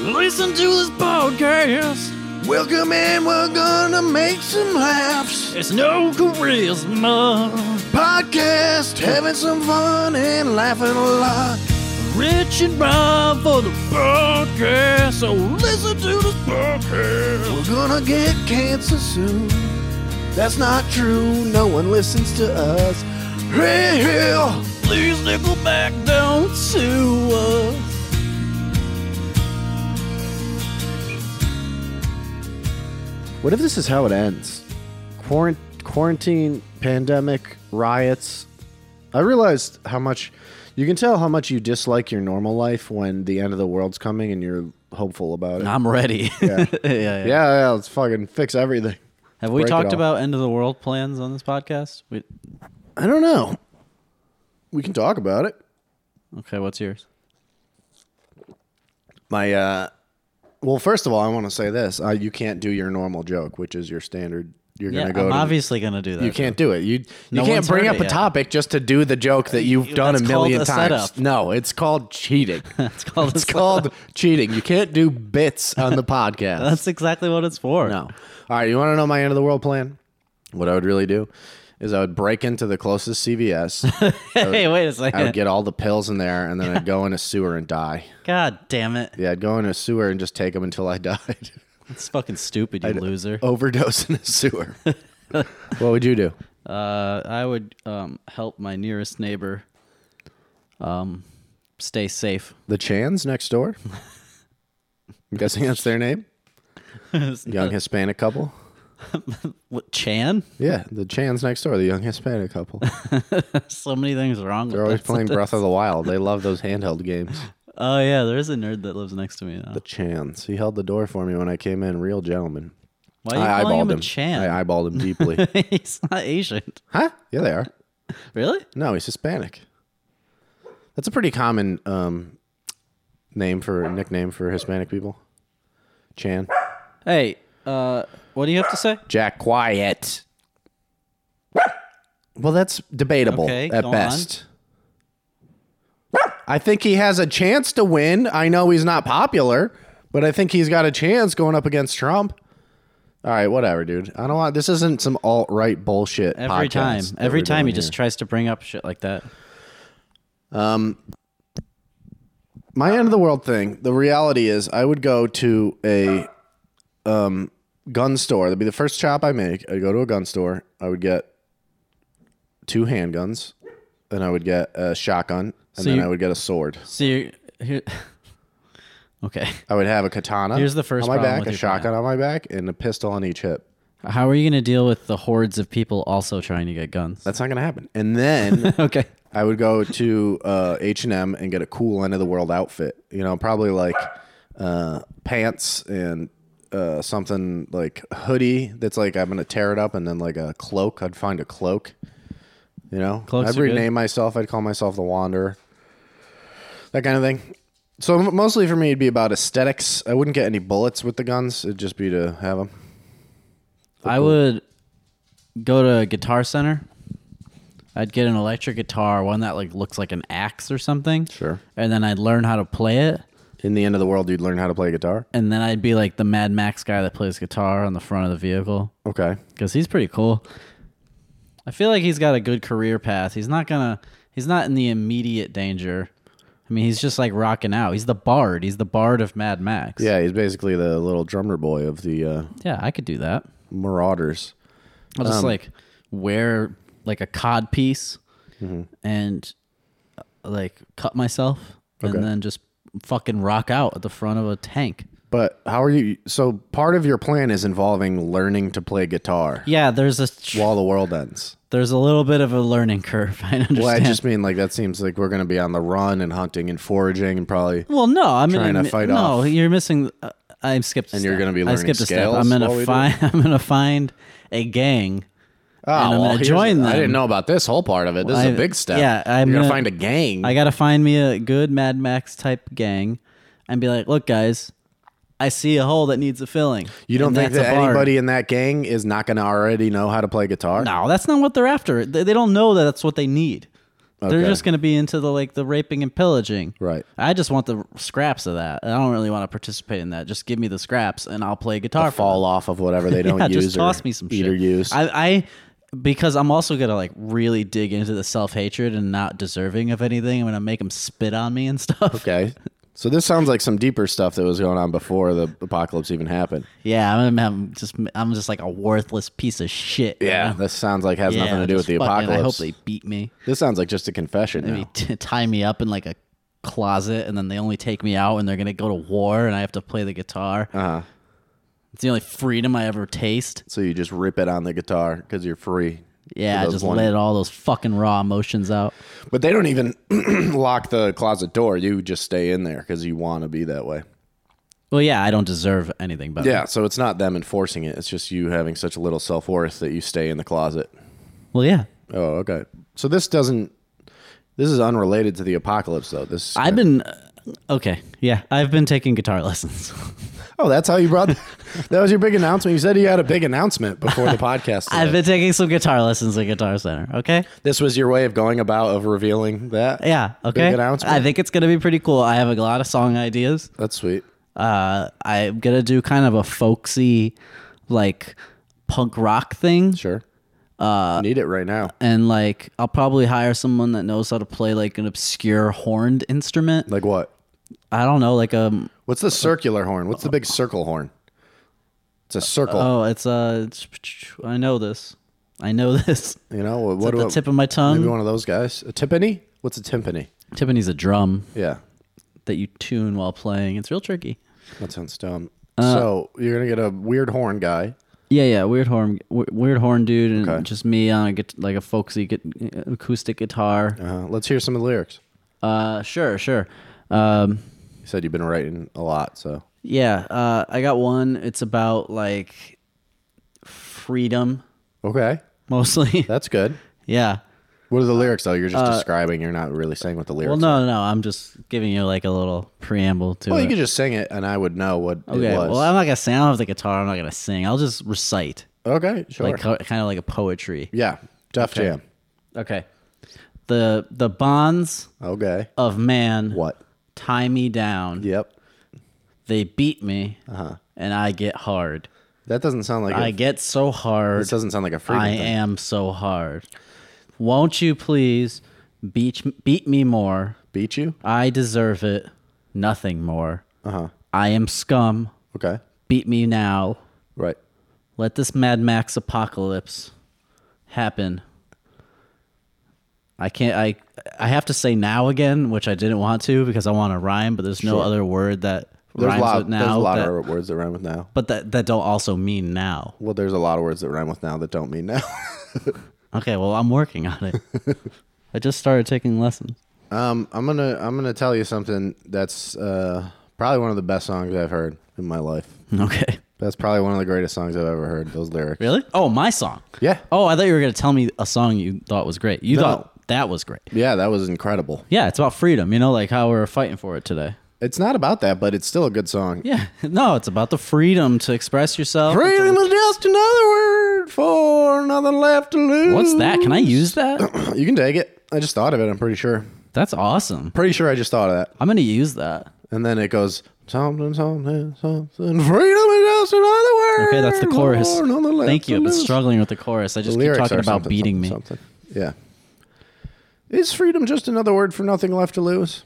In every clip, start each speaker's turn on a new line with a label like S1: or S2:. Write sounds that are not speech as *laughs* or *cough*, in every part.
S1: Listen to this podcast.
S2: Welcome in, we're gonna make some laughs.
S1: It's no charisma.
S2: Podcast, having some fun and laughing a lot.
S1: Rich and Rob for the podcast. So listen to this podcast.
S2: We're gonna get cancer soon. That's not true, no one listens to us. Hey, hey.
S1: Please Nickelback don't sue us.
S2: What if this is how it ends? Quarant- quarantine, pandemic, riots. I realized how much you can tell how much you dislike your normal life when the end of the world's coming and you're hopeful about it.
S1: I'm ready. Yeah, *laughs* yeah, yeah.
S2: yeah, yeah, let's fucking fix everything.
S1: Have we
S2: break it
S1: talked
S2: all.
S1: about end of the world plans on this podcast? We,
S2: I don't know. We can talk about it.
S1: okay, what's yours?
S2: My uh well, first of all, I want to say this. Uh, you can't do your normal joke, which is your standard. You're
S1: Yeah,
S2: gonna go.
S1: I'm
S2: to-
S1: obviously gonna do that.
S2: you can't do it. You you
S1: No
S2: can't
S1: one's
S2: bring
S1: heard
S2: up
S1: it
S2: a
S1: yet.
S2: topic just to do the joke that you've done a
S1: that's called
S2: million
S1: a
S2: times.
S1: setup.
S2: No, it's
S1: *laughs*
S2: called cheating.
S1: It's called.
S2: it's called cheating. You can't do bits on the podcast.
S1: That's exactly what it's for.
S2: No. All right. You want to know my end of the world plan? What I would really do is I would break into the closest CVS.
S1: *laughs* Hey, wait a
S2: I would
S1: second.
S2: get all the pills in there, and then I'd go in a sewer and die.
S1: God damn it!
S2: Yeah, I'd go in a sewer and just take them until I *laughs* died.
S1: It's fucking stupid, you loser.
S2: Overdose in
S1: *laughs*
S2: a sewer. what would you do?
S1: Uh, I would um, help my nearest neighbor. Um, stay
S2: *laughs*
S1: safe.
S2: The Chans next door. I'm guessing that's their name.
S1: *laughs*
S2: Young Hispanic couple.
S1: What Chan?
S2: Yeah, the Chans next door. The young Hispanic couple.
S1: So many things wrong. *laughs*
S2: They're
S1: with
S2: always
S1: that.
S2: playing Breath of the Wild. They love those handheld games.
S1: Oh yeah, there is a nerd that lives next to me. Now.
S2: The Chans. He held the door for me when I came in. Real gentleman.
S1: Why are you calling him a
S2: him.
S1: Chan?
S2: I eyeballed
S1: *laughs*
S2: him deeply.
S1: He's not Asian.
S2: huh? Yeah, they are.
S1: Really?
S2: No, he's Hispanic. That's a pretty common um, name for nickname for Hispanic people. Chan.
S1: Hey, uh, what do you have to say?
S2: Jack Quiet. Well, that's debatable
S1: Okay,
S2: at
S1: go
S2: best. I think he has a chance to win. I know he's not popular, but I think he's got a chance going up against Trump. All right, whatever, dude. I don't want this isn't some alt right bullshit.
S1: Every
S2: podcast
S1: time,
S2: that
S1: every
S2: we're
S1: time he
S2: doing
S1: just tries to bring up shit like that.
S2: my end of the world thing the reality is i would go to a um, gun store that'd be the first chop i make i'd go to a gun store i would get two handguns and i would get a shotgun and
S1: So
S2: then
S1: you-
S2: i would get a sword
S1: So you here. *laughs* Okay,
S2: i would have a katana
S1: Here's the first
S2: on my
S1: problem
S2: back
S1: with
S2: a
S1: your
S2: shotgun on my back and a pistol on each hip
S1: how are you going to deal with the hordes of people also trying to get guns?
S2: that's not gonna happen and then
S1: *laughs* okay.
S2: I would go to uh, H&M and get a cool end of the world outfit. You know, probably like uh, pants and uh, something like hoodie that's like I'm going to tear it up and then like a cloak. I'd find a cloak. You know,
S1: Cloaks
S2: I'd
S1: are good.
S2: rename myself. I'd call myself the Wanderer. That kind of thing. So m- mostly for me, it'd be about aesthetics. I wouldn't get any bullets with the guns. It'd just be to have them.
S1: I would go to Guitar Center. I'd get an electric guitar, one that like looks like an axe or something.
S2: Sure.
S1: And then I'd learn how to play it,
S2: In the end of the world, you'd learn how to play guitar.
S1: and then I'd be like the Mad Max guy that plays guitar on the front of the vehicle
S2: Okay.
S1: because he's pretty cool. I feel like he's got a good career path. He's not gonna. He's not in the immediate danger. I mean, he's just like rocking out. He's the bard. He's the bard of Mad Max.
S2: Yeah, he's basically the little drummer boy of the uh,
S1: Yeah, I could do that.
S2: Marauders.
S1: I'll
S2: Um,
S1: just like wear like a cod piece
S2: Mm-hmm.
S1: and uh, like cut myself
S2: Okay.
S1: and then just fucking rock out at the front of a tank.
S2: But how are you? So part of your plan is involving learning to play guitar
S1: Yeah, there's a tr-
S2: while the world ends.
S1: there's a little bit of a learning curve. *laughs* I understand.
S2: Well,
S1: Well,
S2: I just mean like that seems like we're going to be on the run and hunting and foraging and probably.
S1: no, I mean,
S2: Trying to
S1: I mean-
S2: fight
S1: no,
S2: off.
S1: you're missing. Uh, I skipped.
S2: And you're gonna be
S1: I
S2: learning
S1: skipped a step.
S2: scales
S1: I'm
S2: while we
S1: gonna
S2: do
S1: find. *laughs* I'm gonna find a gang.
S2: Oh,
S1: I'm gonna
S2: here's-
S1: join
S2: I
S1: them.
S2: didn't know about this whole part of it. This is
S1: I-
S2: a big step.
S1: yeah, I'm
S2: you're going
S1: gonna-
S2: to find a gang.
S1: I gotta find me a good Mad Max type gang, and be like, look, guys, I see a hole that needs a filling.
S2: you don't
S1: and
S2: think
S1: that's a
S2: that
S1: bard."
S2: anybody in that gang is not going to already know how to play guitar?
S1: No, that's not what they're after. They, they don't know that that's what they need. They're
S2: Okay.
S1: just going to be into the like the raping and pillaging.
S2: Right.
S1: I just want the scraps of that. I don't really want to participate in that. Just give me the scraps and I'll play guitar. for
S2: Fall off of whatever they
S1: *laughs*
S2: don't
S1: yeah,
S2: use
S1: just toss
S2: or
S1: me some
S2: eat
S1: shit.
S2: or use.
S1: I, I because I'm also gonna like really dig into the self hatred and not deserving of anything. I'm gonna make them spit on me and *laughs* stuff.
S2: okay. So this sounds like some deeper stuff that was going on before the apocalypse even happened.
S1: Yeah, I'm gonna have just I'm just like a worthless piece of shit. you know?
S2: This sounds like has
S1: Yeah,
S2: nothing to do with
S1: just
S2: the
S1: fucking-
S2: apocalypse.
S1: I hope they beat me.
S2: This sounds like just a confession.
S1: Maybe
S2: now.
S1: t- tie me up in like a closet, and then they only take me out when they're gonna go to war, and I have to play the guitar.
S2: Uh-huh.
S1: It's the only freedom I ever taste.
S2: So you just rip it on the guitar because you're free.
S1: Yeah,
S2: For
S1: I
S2: those
S1: just
S2: one-
S1: let all those fucking raw emotions out.
S2: But they don't even *clears throat* lock the closet door. You just stay in there because you want to be that way.
S1: Well, yeah, I don't deserve anything, but
S2: Yeah. So it's not them enforcing it. It's just you having such little self worth that you stay in the closet.
S1: well, yeah.
S2: Oh, okay. So this doesn't. This is unrelated to the apocalypse, though. This.
S1: I've been uh, okay. Yeah, I've been taking guitar *laughs* lessons.
S2: oh, that's how you brought. *laughs* that was your big announcement. You said you had a big announcement before
S1: *laughs*
S2: the podcast.
S1: I've
S2: today.
S1: been taking some guitar lessons at Guitar Center. Okay.
S2: this was your way of going about of revealing that.
S1: Yeah. Okay.
S2: announcement.
S1: I think it's gonna be pretty cool. I have a lot of song ideas.
S2: That's sweet.
S1: Uh, I'm gonna do kind of a folksy, like punk rock thing,
S2: Sure. Uh, Need it right now,
S1: and like I'll probably hire someone that knows how to play like an obscure horned instrument.
S2: like what?
S1: I don't know, like um.
S2: What's the circular horn? What's the big circle horn? It's a circle.
S1: Oh, it's uh. It's, I know this. I know *laughs* this.
S2: you know what?
S1: At
S2: what
S1: the
S2: what-
S1: tip of my tongue.
S2: Maybe one of those guys. A timpani? What's a timpani?
S1: Tiffany's a drum
S2: Yeah,
S1: that you tune while playing. It's real tricky.
S2: that sounds dumb.
S1: Uh,
S2: so you're gonna get a weird horn guy.
S1: Yeah, yeah, weird horn, w- weird horn dude, and
S2: Okay.
S1: just me on a guit- like a folksy gu- acoustic guitar.
S2: Uh, let's hear some of the lyrics.
S1: Uh, sure, sure. Um,
S2: You said you've been writing a lot, so
S1: yeah, uh, I got one. It's about like freedom *laughs*
S2: okay,
S1: mostly.
S2: *laughs* that's good.
S1: yeah.
S2: What are the lyrics though? You're just describing. You're not really saying what the lyrics.
S1: Uh, Well,
S2: Are.
S1: no, no, no. I'm just giving you like a little preamble to
S2: Well, you
S1: it.
S2: could just sing it, and I would know what
S1: uh, okay.
S2: it was.
S1: Well, I'm not gonna sing. I don't have the guitar. I'm not gonna sing. I'll just recite,
S2: okay, sure.
S1: like kind of like a poetry.
S2: yeah, Def Jam.
S1: Okay. The the bonds
S2: Okay.
S1: of man
S2: What?
S1: tie me down.
S2: Yep.
S1: They beat me,
S2: Uh-huh.
S1: and I get hard.
S2: That doesn't sound like.
S1: I
S2: I,
S1: get so hard.
S2: this doesn't sound like a freedom
S1: I
S2: thing.
S1: am so hard. Won't you please beat beat me more?
S2: Beat you?
S1: I deserve it. Nothing more.
S2: Uh huh.
S1: I am scum.
S2: Okay.
S1: Beat me now.
S2: Right.
S1: Let this Mad Max apocalypse happen. I can't. I I have to say now again, which I didn't want to because I want to rhyme, but there's no
S2: Sure.
S1: other word that
S2: There's a
S1: rhymes
S2: lot.
S1: with now.
S2: there's a lot
S1: that-
S2: of words that rhyme with now.
S1: but that that don't also mean now.
S2: Well, there's a lot of words that rhyme with now that don't mean now. *laughs*
S1: Okay, well I'm working on it. I just started taking lessons.
S2: um, I'm gonna I'm gonna tell you something that's uh, probably one of the best songs I've heard in my life.
S1: *laughs* Okay.
S2: That's probably one of the greatest songs I've ever heard. Those lyrics.
S1: Really? Oh, my song.
S2: Yeah.
S1: Oh, I thought you were gonna tell me a song you thought was great. You
S2: No.
S1: thought that was great.
S2: Yeah, that was incredible.
S1: Yeah, it's about freedom. You know, like how we're fighting for it today.
S2: It's not about that, but it's still a good song.
S1: Yeah. *laughs* No, it's about the freedom to express yourself.
S2: Freedom is just another word for nothing left to lose.
S1: What's that? Can I use *coughs* that?
S2: *clears throat* You can take it. I just thought of it. I'm pretty sure.
S1: That's awesome.
S2: Pretty sure I just thought of that.
S1: I'm gonna use that.
S2: And then it goes something, something, something. Freedom is just another word.
S1: Okay, that's the chorus.
S2: for nothing left
S1: Thank you.
S2: to
S1: I've been
S2: lose.
S1: struggling with the chorus. I
S2: The
S1: just keep
S2: lyrics
S1: talking
S2: are
S1: about
S2: something,
S1: beating me.
S2: something, something. Yeah. Is freedom just another word for nothing left to lose?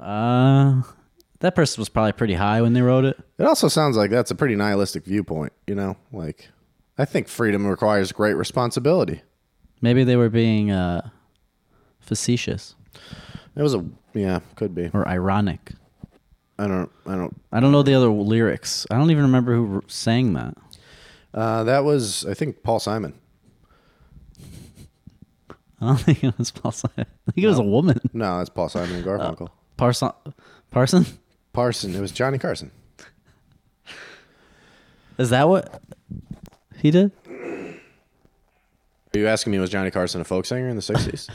S1: Uh, that person was probably pretty high when they wrote it.
S2: It also sounds like that's a pretty nihilistic viewpoint, you know? Like, I think freedom requires great responsibility.
S1: Maybe they were being uh, facetious
S2: It was a, yeah, could be.
S1: or ironic.
S2: I don't, I don't,
S1: I don't know the other lyrics. I don't even remember who r- sang that. *laughs*
S2: uh, that was, I think, Paul Simon.
S1: I don't think it was Paul Simon. I think it was a woman.
S2: No, that's Paul Simon and Garfunkel.
S1: Parson. Parson?
S2: Parson. It was Johnny Carson.
S1: Is that what he did? *laughs*
S2: Are you asking me, was Johnny Carson a folk singer in the 60s?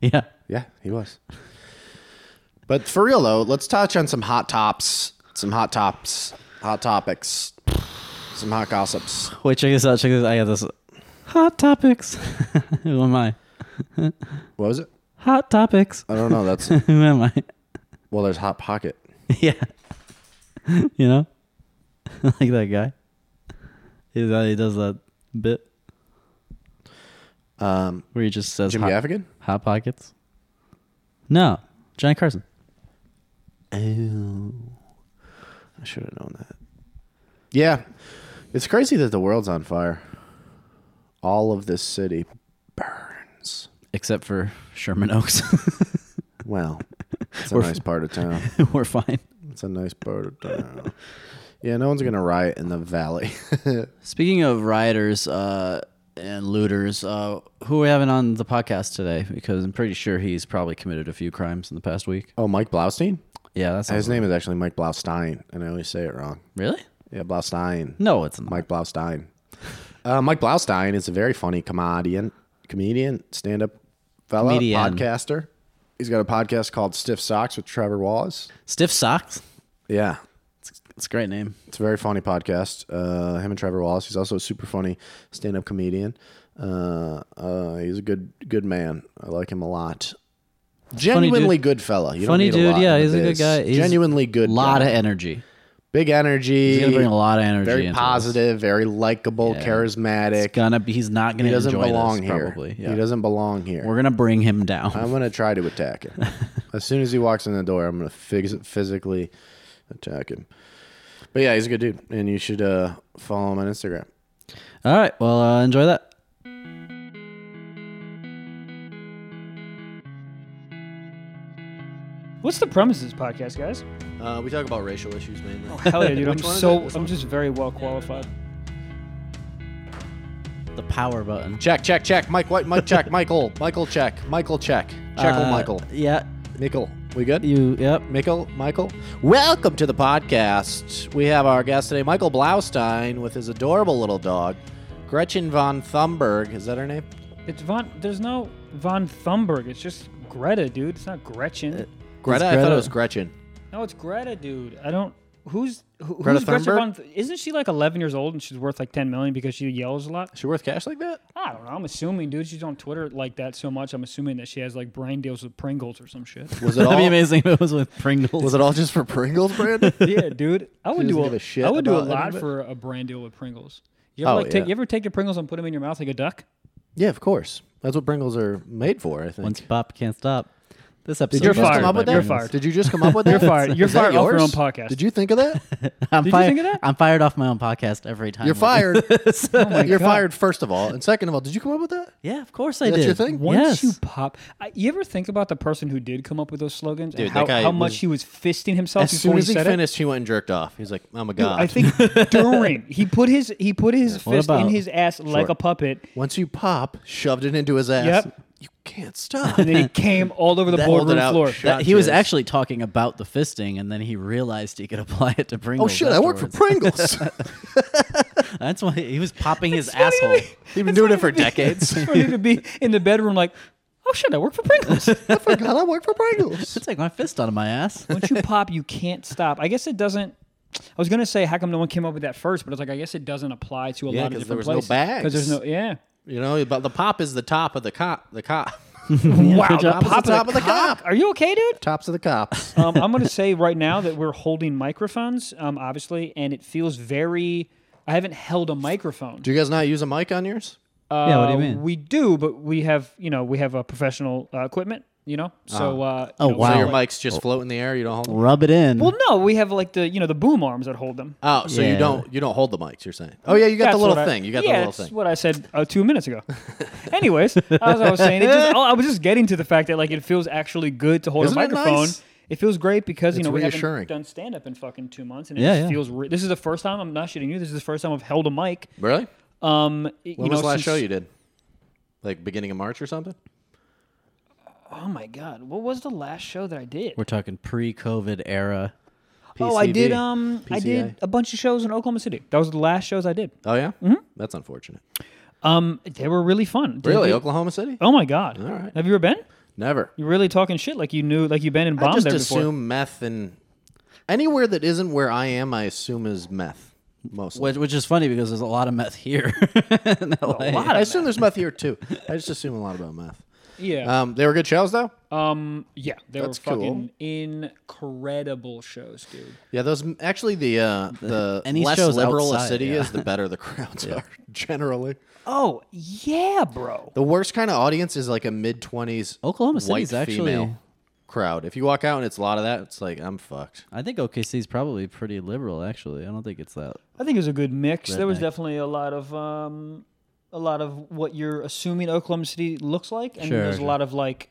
S1: yeah.
S2: Yeah, he was. But for real though, let's touch on some hot tops, some hot tops, hot topics, some hot gossips.
S1: Wait, check this out. *laughs* Check this. I got this. Hot topics. who am I?
S2: What was it?
S1: Hot topics. *laughs*
S2: I don't know. *laughs* That's
S1: Who am I? *laughs*
S2: well. There's hot pocket.
S1: yeah. *laughs* you know? *laughs* like that guy. He, he does that bit
S2: Um,
S1: where he just says
S2: Jim
S1: hot,
S2: Gaffigan.
S1: hot pockets. No, Johnny Carson.
S2: Oh, I should have known that. Yeah, it's crazy that the world's on fire. All of this city burns.
S1: Except for Sherman Oaks. *laughs*
S2: Well, it's a
S1: We're-
S2: nice part of town.
S1: We're fine.
S2: It's a nice part of town. Yeah, no one's gonna riot in the valley. *laughs*
S1: Speaking of rioters uh, and looters, uh, who are we having on the podcast today? Because I'm pretty sure he's probably committed a few crimes in the past week.
S2: oh, Mike Blaustein.
S1: Yeah, that's
S2: His name is actually Mike Blaustein, and I always say it wrong.
S1: really.
S2: Yeah, Blaustein.
S1: No, it's not.
S2: Mike Blaustein. Uh, Mike Blaustein is a very funny comedian, comedian, stand-up fellow,
S1: Comedian.
S2: podcaster. He's got a podcast called Stiff Socks with Trevor Wallace.
S1: Stiff socks.
S2: Yeah,
S1: It's, it's a great name.
S2: it's a very funny podcast. Uh, him and Trevor Wallace. He's also a super funny stand-up comedian. Uh, uh, he's a good good man. I like him a lot. Genuinely good fella. You
S1: Funny
S2: don't need
S1: dude,
S2: A lot
S1: yeah,
S2: in
S1: he's a good
S2: biz.
S1: guy. He's
S2: Genuinely good.
S1: A lot
S2: guy.
S1: of energy.
S2: big energy.
S1: He's gonna bring a lot of energy.
S2: very
S1: into
S2: positive, very likable,
S1: Yeah.
S2: charismatic.
S1: This. Gonna be. He's not gonna
S2: He doesn't
S1: enjoy
S2: belong
S1: this.
S2: here.
S1: Probably. Yeah.
S2: He doesn't Um, belong here.
S1: We're gonna bring him down.
S2: I'm gonna try to attack him. *laughs* as soon as he walks in the door, I'm gonna phys- physically attack him. But yeah, he's a good dude, and you should uh, follow him on Instagram.
S1: All right. Well, uh, enjoy that.
S3: What's the premise of this podcast, guys?
S2: *laughs* Uh, we talk about racial issues mainly.
S3: Oh, hell yeah, dude. I'm
S2: Which one is it?
S3: so,
S2: This
S3: I'm
S2: one?
S3: just very well qualified.
S1: The power button.
S2: Check, check, check. Mike White, Mike check, Michael, Michael check, Michael check, Checkle
S1: Uh,
S2: Michael,
S1: Yeah.
S2: Michael. We good?
S1: You. Yep.
S2: Michael, Michael, welcome to the podcast. We have our guest today, Michael Blaustein, with his adorable little dog, Gretchen von Thumberg. Is that her name?
S3: It's Von, there's no Von Thumberg. It's just Greta, dude. It's not Gretchen.
S2: Uh, Greta? I thought it was Gretchen.
S3: no, it's Greta, dude. I don't, who's, who,
S2: Greta
S3: who's Gretchen
S2: Thunberg?
S3: Von, Th- isn't she like 11 years old and she's worth like 10 million because she yells a lot?
S2: Is she worth cash like that?
S3: I don't know. I'm assuming, dude, she's on Twitter like that so much. I'm assuming that she has like brain deals with Pringles or
S2: *laughs*
S3: some shit. *laughs*
S2: Was it
S1: That'd be
S2: all?
S1: amazing if it was with
S2: *laughs*
S1: Pringles.
S2: Was it all just for Pringles, Brandon?
S3: yeah, dude. I
S2: doesn't
S3: would do
S2: give
S3: a,
S2: a shit
S3: I would do a
S2: about any
S3: lot
S2: of it?
S3: for a brand deal with Pringles. You ever,
S2: Oh,
S3: like, take,
S2: yeah.
S3: you ever take your Pringles and put them in your mouth like a duck?
S2: *laughs* yeah, of course. That's what Pringles are made for. I think.
S1: Once you pop, you can't stop. This episode.
S2: Did you
S3: You're
S1: is
S2: just
S1: sponsored
S3: fired.
S2: come up with
S1: by
S2: that?
S3: You're
S1: Pringles.
S3: fired.
S2: Did you just come up
S3: *laughs*
S2: with that?
S3: You're fired. You're
S2: Is that
S3: fired off your own
S2: yours?
S3: podcast.
S2: Did you think of
S3: *laughs*
S2: that?
S1: I'm
S3: Did you
S1: fired.
S3: think of that?
S1: I'm fired off my own podcast every time.
S2: You're
S1: I do
S3: *laughs*
S2: fired.
S1: this.
S2: You're
S3: Oh God.
S2: fired. First of all, and second of all, did you come up with that?
S1: yeah, of course I
S2: That's
S1: did.
S2: your thing?
S3: Once
S1: yes.
S2: *laughs*
S3: you pop, I, you ever think about the person who did come up with those slogans
S2: Dude,
S3: and
S2: that
S3: how,
S2: guy
S3: how much
S2: was-
S3: he was fisting himself Oh, before he said it?
S2: he went and jerked off. He's like, "I'm a
S3: Dude, I think during he put his he put his
S1: What
S3: fist in
S1: about-
S3: his ass like a puppet,
S2: *laughs* Once you pop, shoved it into his ass.
S3: Yep.
S2: You can't stop.
S3: *laughs* and
S2: *laughs*
S3: then he came all over the
S2: That- Hold
S3: boardroom
S2: it out.
S3: floor.
S2: Shut-
S1: That- he was
S2: Gotchas.
S1: actually talking about the fisting, and then he realized he could *laughs* apply it to
S2: oh
S1: Pringles.
S2: shit! I work for
S1: afterwards.
S2: Pringles.
S3: *laughs*
S1: That's why he was popping
S2: *laughs*
S1: his
S3: It's funny
S1: asshole.
S3: to be-
S2: They've been
S3: it's
S2: doing
S3: funny
S2: it for
S3: to be-
S2: decades.
S3: It's funny
S2: *laughs*
S3: to be in the bedroom like, oh shit, *laughs* I work for Pringles.
S2: I forgot I work *laughs* for Pringles.
S1: It's like my fist out of my
S2: *laughs*
S1: ass.
S2: Uh,
S3: Once you pop, you can't stop. I guess it doesn't. I was gonna say how come no one came up with that first, but it's like I guess it doesn't apply to a
S2: Yeah,
S3: lot of
S2: 'cause there
S3: different
S2: was no
S3: places
S2: bags.
S3: there's no yeah.
S2: You know, but the pop is the top of the cop. The cop.
S3: Wow,
S1: good
S3: the
S1: job.
S3: pop,
S2: It's the top of the
S3: cock.
S2: cock.
S3: Are you okay,
S2: *laughs*
S3: dude?
S2: Tops of the cops.
S3: Um, I'm gonna say right now that we're holding microphones, um, obviously, and it feels very. I haven't held a microphone.
S2: Do you guys not use a mic on yours?
S3: Uh,
S1: Yeah, what do you mean?
S3: We do, but we have you know we have a professional uh, equipment, you know. So uh,
S1: Oh,
S3: you know,
S1: wow.
S2: So
S3: so
S2: your
S3: like-
S2: mics just float in the air. You don't hold. Them?
S1: Rub it in.
S3: well, no, we have like the you know the boom arms that hold them.
S2: Oh, so you
S1: Yeah.
S2: don't you don't hold the mics. You're saying. Oh yeah, you got the
S3: That's
S2: little
S3: what I-
S2: thing. you got
S3: yeah,
S2: the little
S3: that's
S2: thing.
S3: what I said uh, two minutes ago. *laughs* Anyways, as I was saying, it just, I was just getting to the fact that like it feels actually good to hold
S2: Isn't
S3: a
S2: it
S3: microphone.
S2: nice?
S3: It feels great because you
S2: It's
S3: know we
S2: reassuring.
S3: haven't done stand up in fucking two months, and it
S1: Yeah,
S3: just
S1: yeah.
S3: feels. Re- this is the first time I'm not shitting you. This is the first time I've held a mic.
S2: Really?
S3: Um, you
S2: When
S3: know,
S2: was the last
S3: since-
S2: show you did? Like beginning of March or something?
S3: Oh my god, what was the last show that I did?
S1: We're talking pre-COVID era.
S3: Oh, I did.
S2: PCV.
S3: Um, I
S2: PCI.
S3: did a bunch of shows in Oklahoma City. That was the last shows I did.
S2: Oh yeah. Mm-hmm. That's unfortunate.
S3: Um, they were really fun. Did
S2: Really,
S3: you-
S2: Oklahoma City?
S3: Oh my god.
S2: All right.
S3: Have you ever been?
S2: Never.
S3: You're really talking shit like you knew, like you've been in
S2: I
S3: bombs
S2: just
S3: there
S2: assume
S3: before.
S2: meth and anywhere that isn't where I am, I assume is meth mostly.
S1: Which, which is funny because there's a lot of meth here. *laughs* in LA.
S3: lot
S2: I assume there's meth here too. I just assume a lot about meth.
S3: *laughs* Yeah.
S2: Um, they were good shows though.
S3: Um. Yeah. They
S2: That's
S3: were
S2: cool.
S3: fucking incredible shows, dude.
S2: Yeah, those actually
S1: *laughs*
S2: the uh, the
S1: any
S2: less
S1: shows
S2: liberal a
S1: outside,
S2: city
S1: yeah.
S2: is, the better the *laughs* crowds are generally.
S3: Oh yeah, bro.
S2: The worst kind of audience is like a mid twenties
S1: Oklahoma
S2: white
S1: City's actually-
S2: female crowd. If you walk out and it's a lot of that, it's like I'm fucked.
S1: I think OKC's probably pretty liberal, actually. I don't think it's that.
S3: I think it was a good mix. There was
S1: Redneck.
S3: definitely a lot of um, a lot of what you're assuming Oklahoma City looks like, and
S1: Sure,
S3: there's a
S1: sure.
S3: lot of like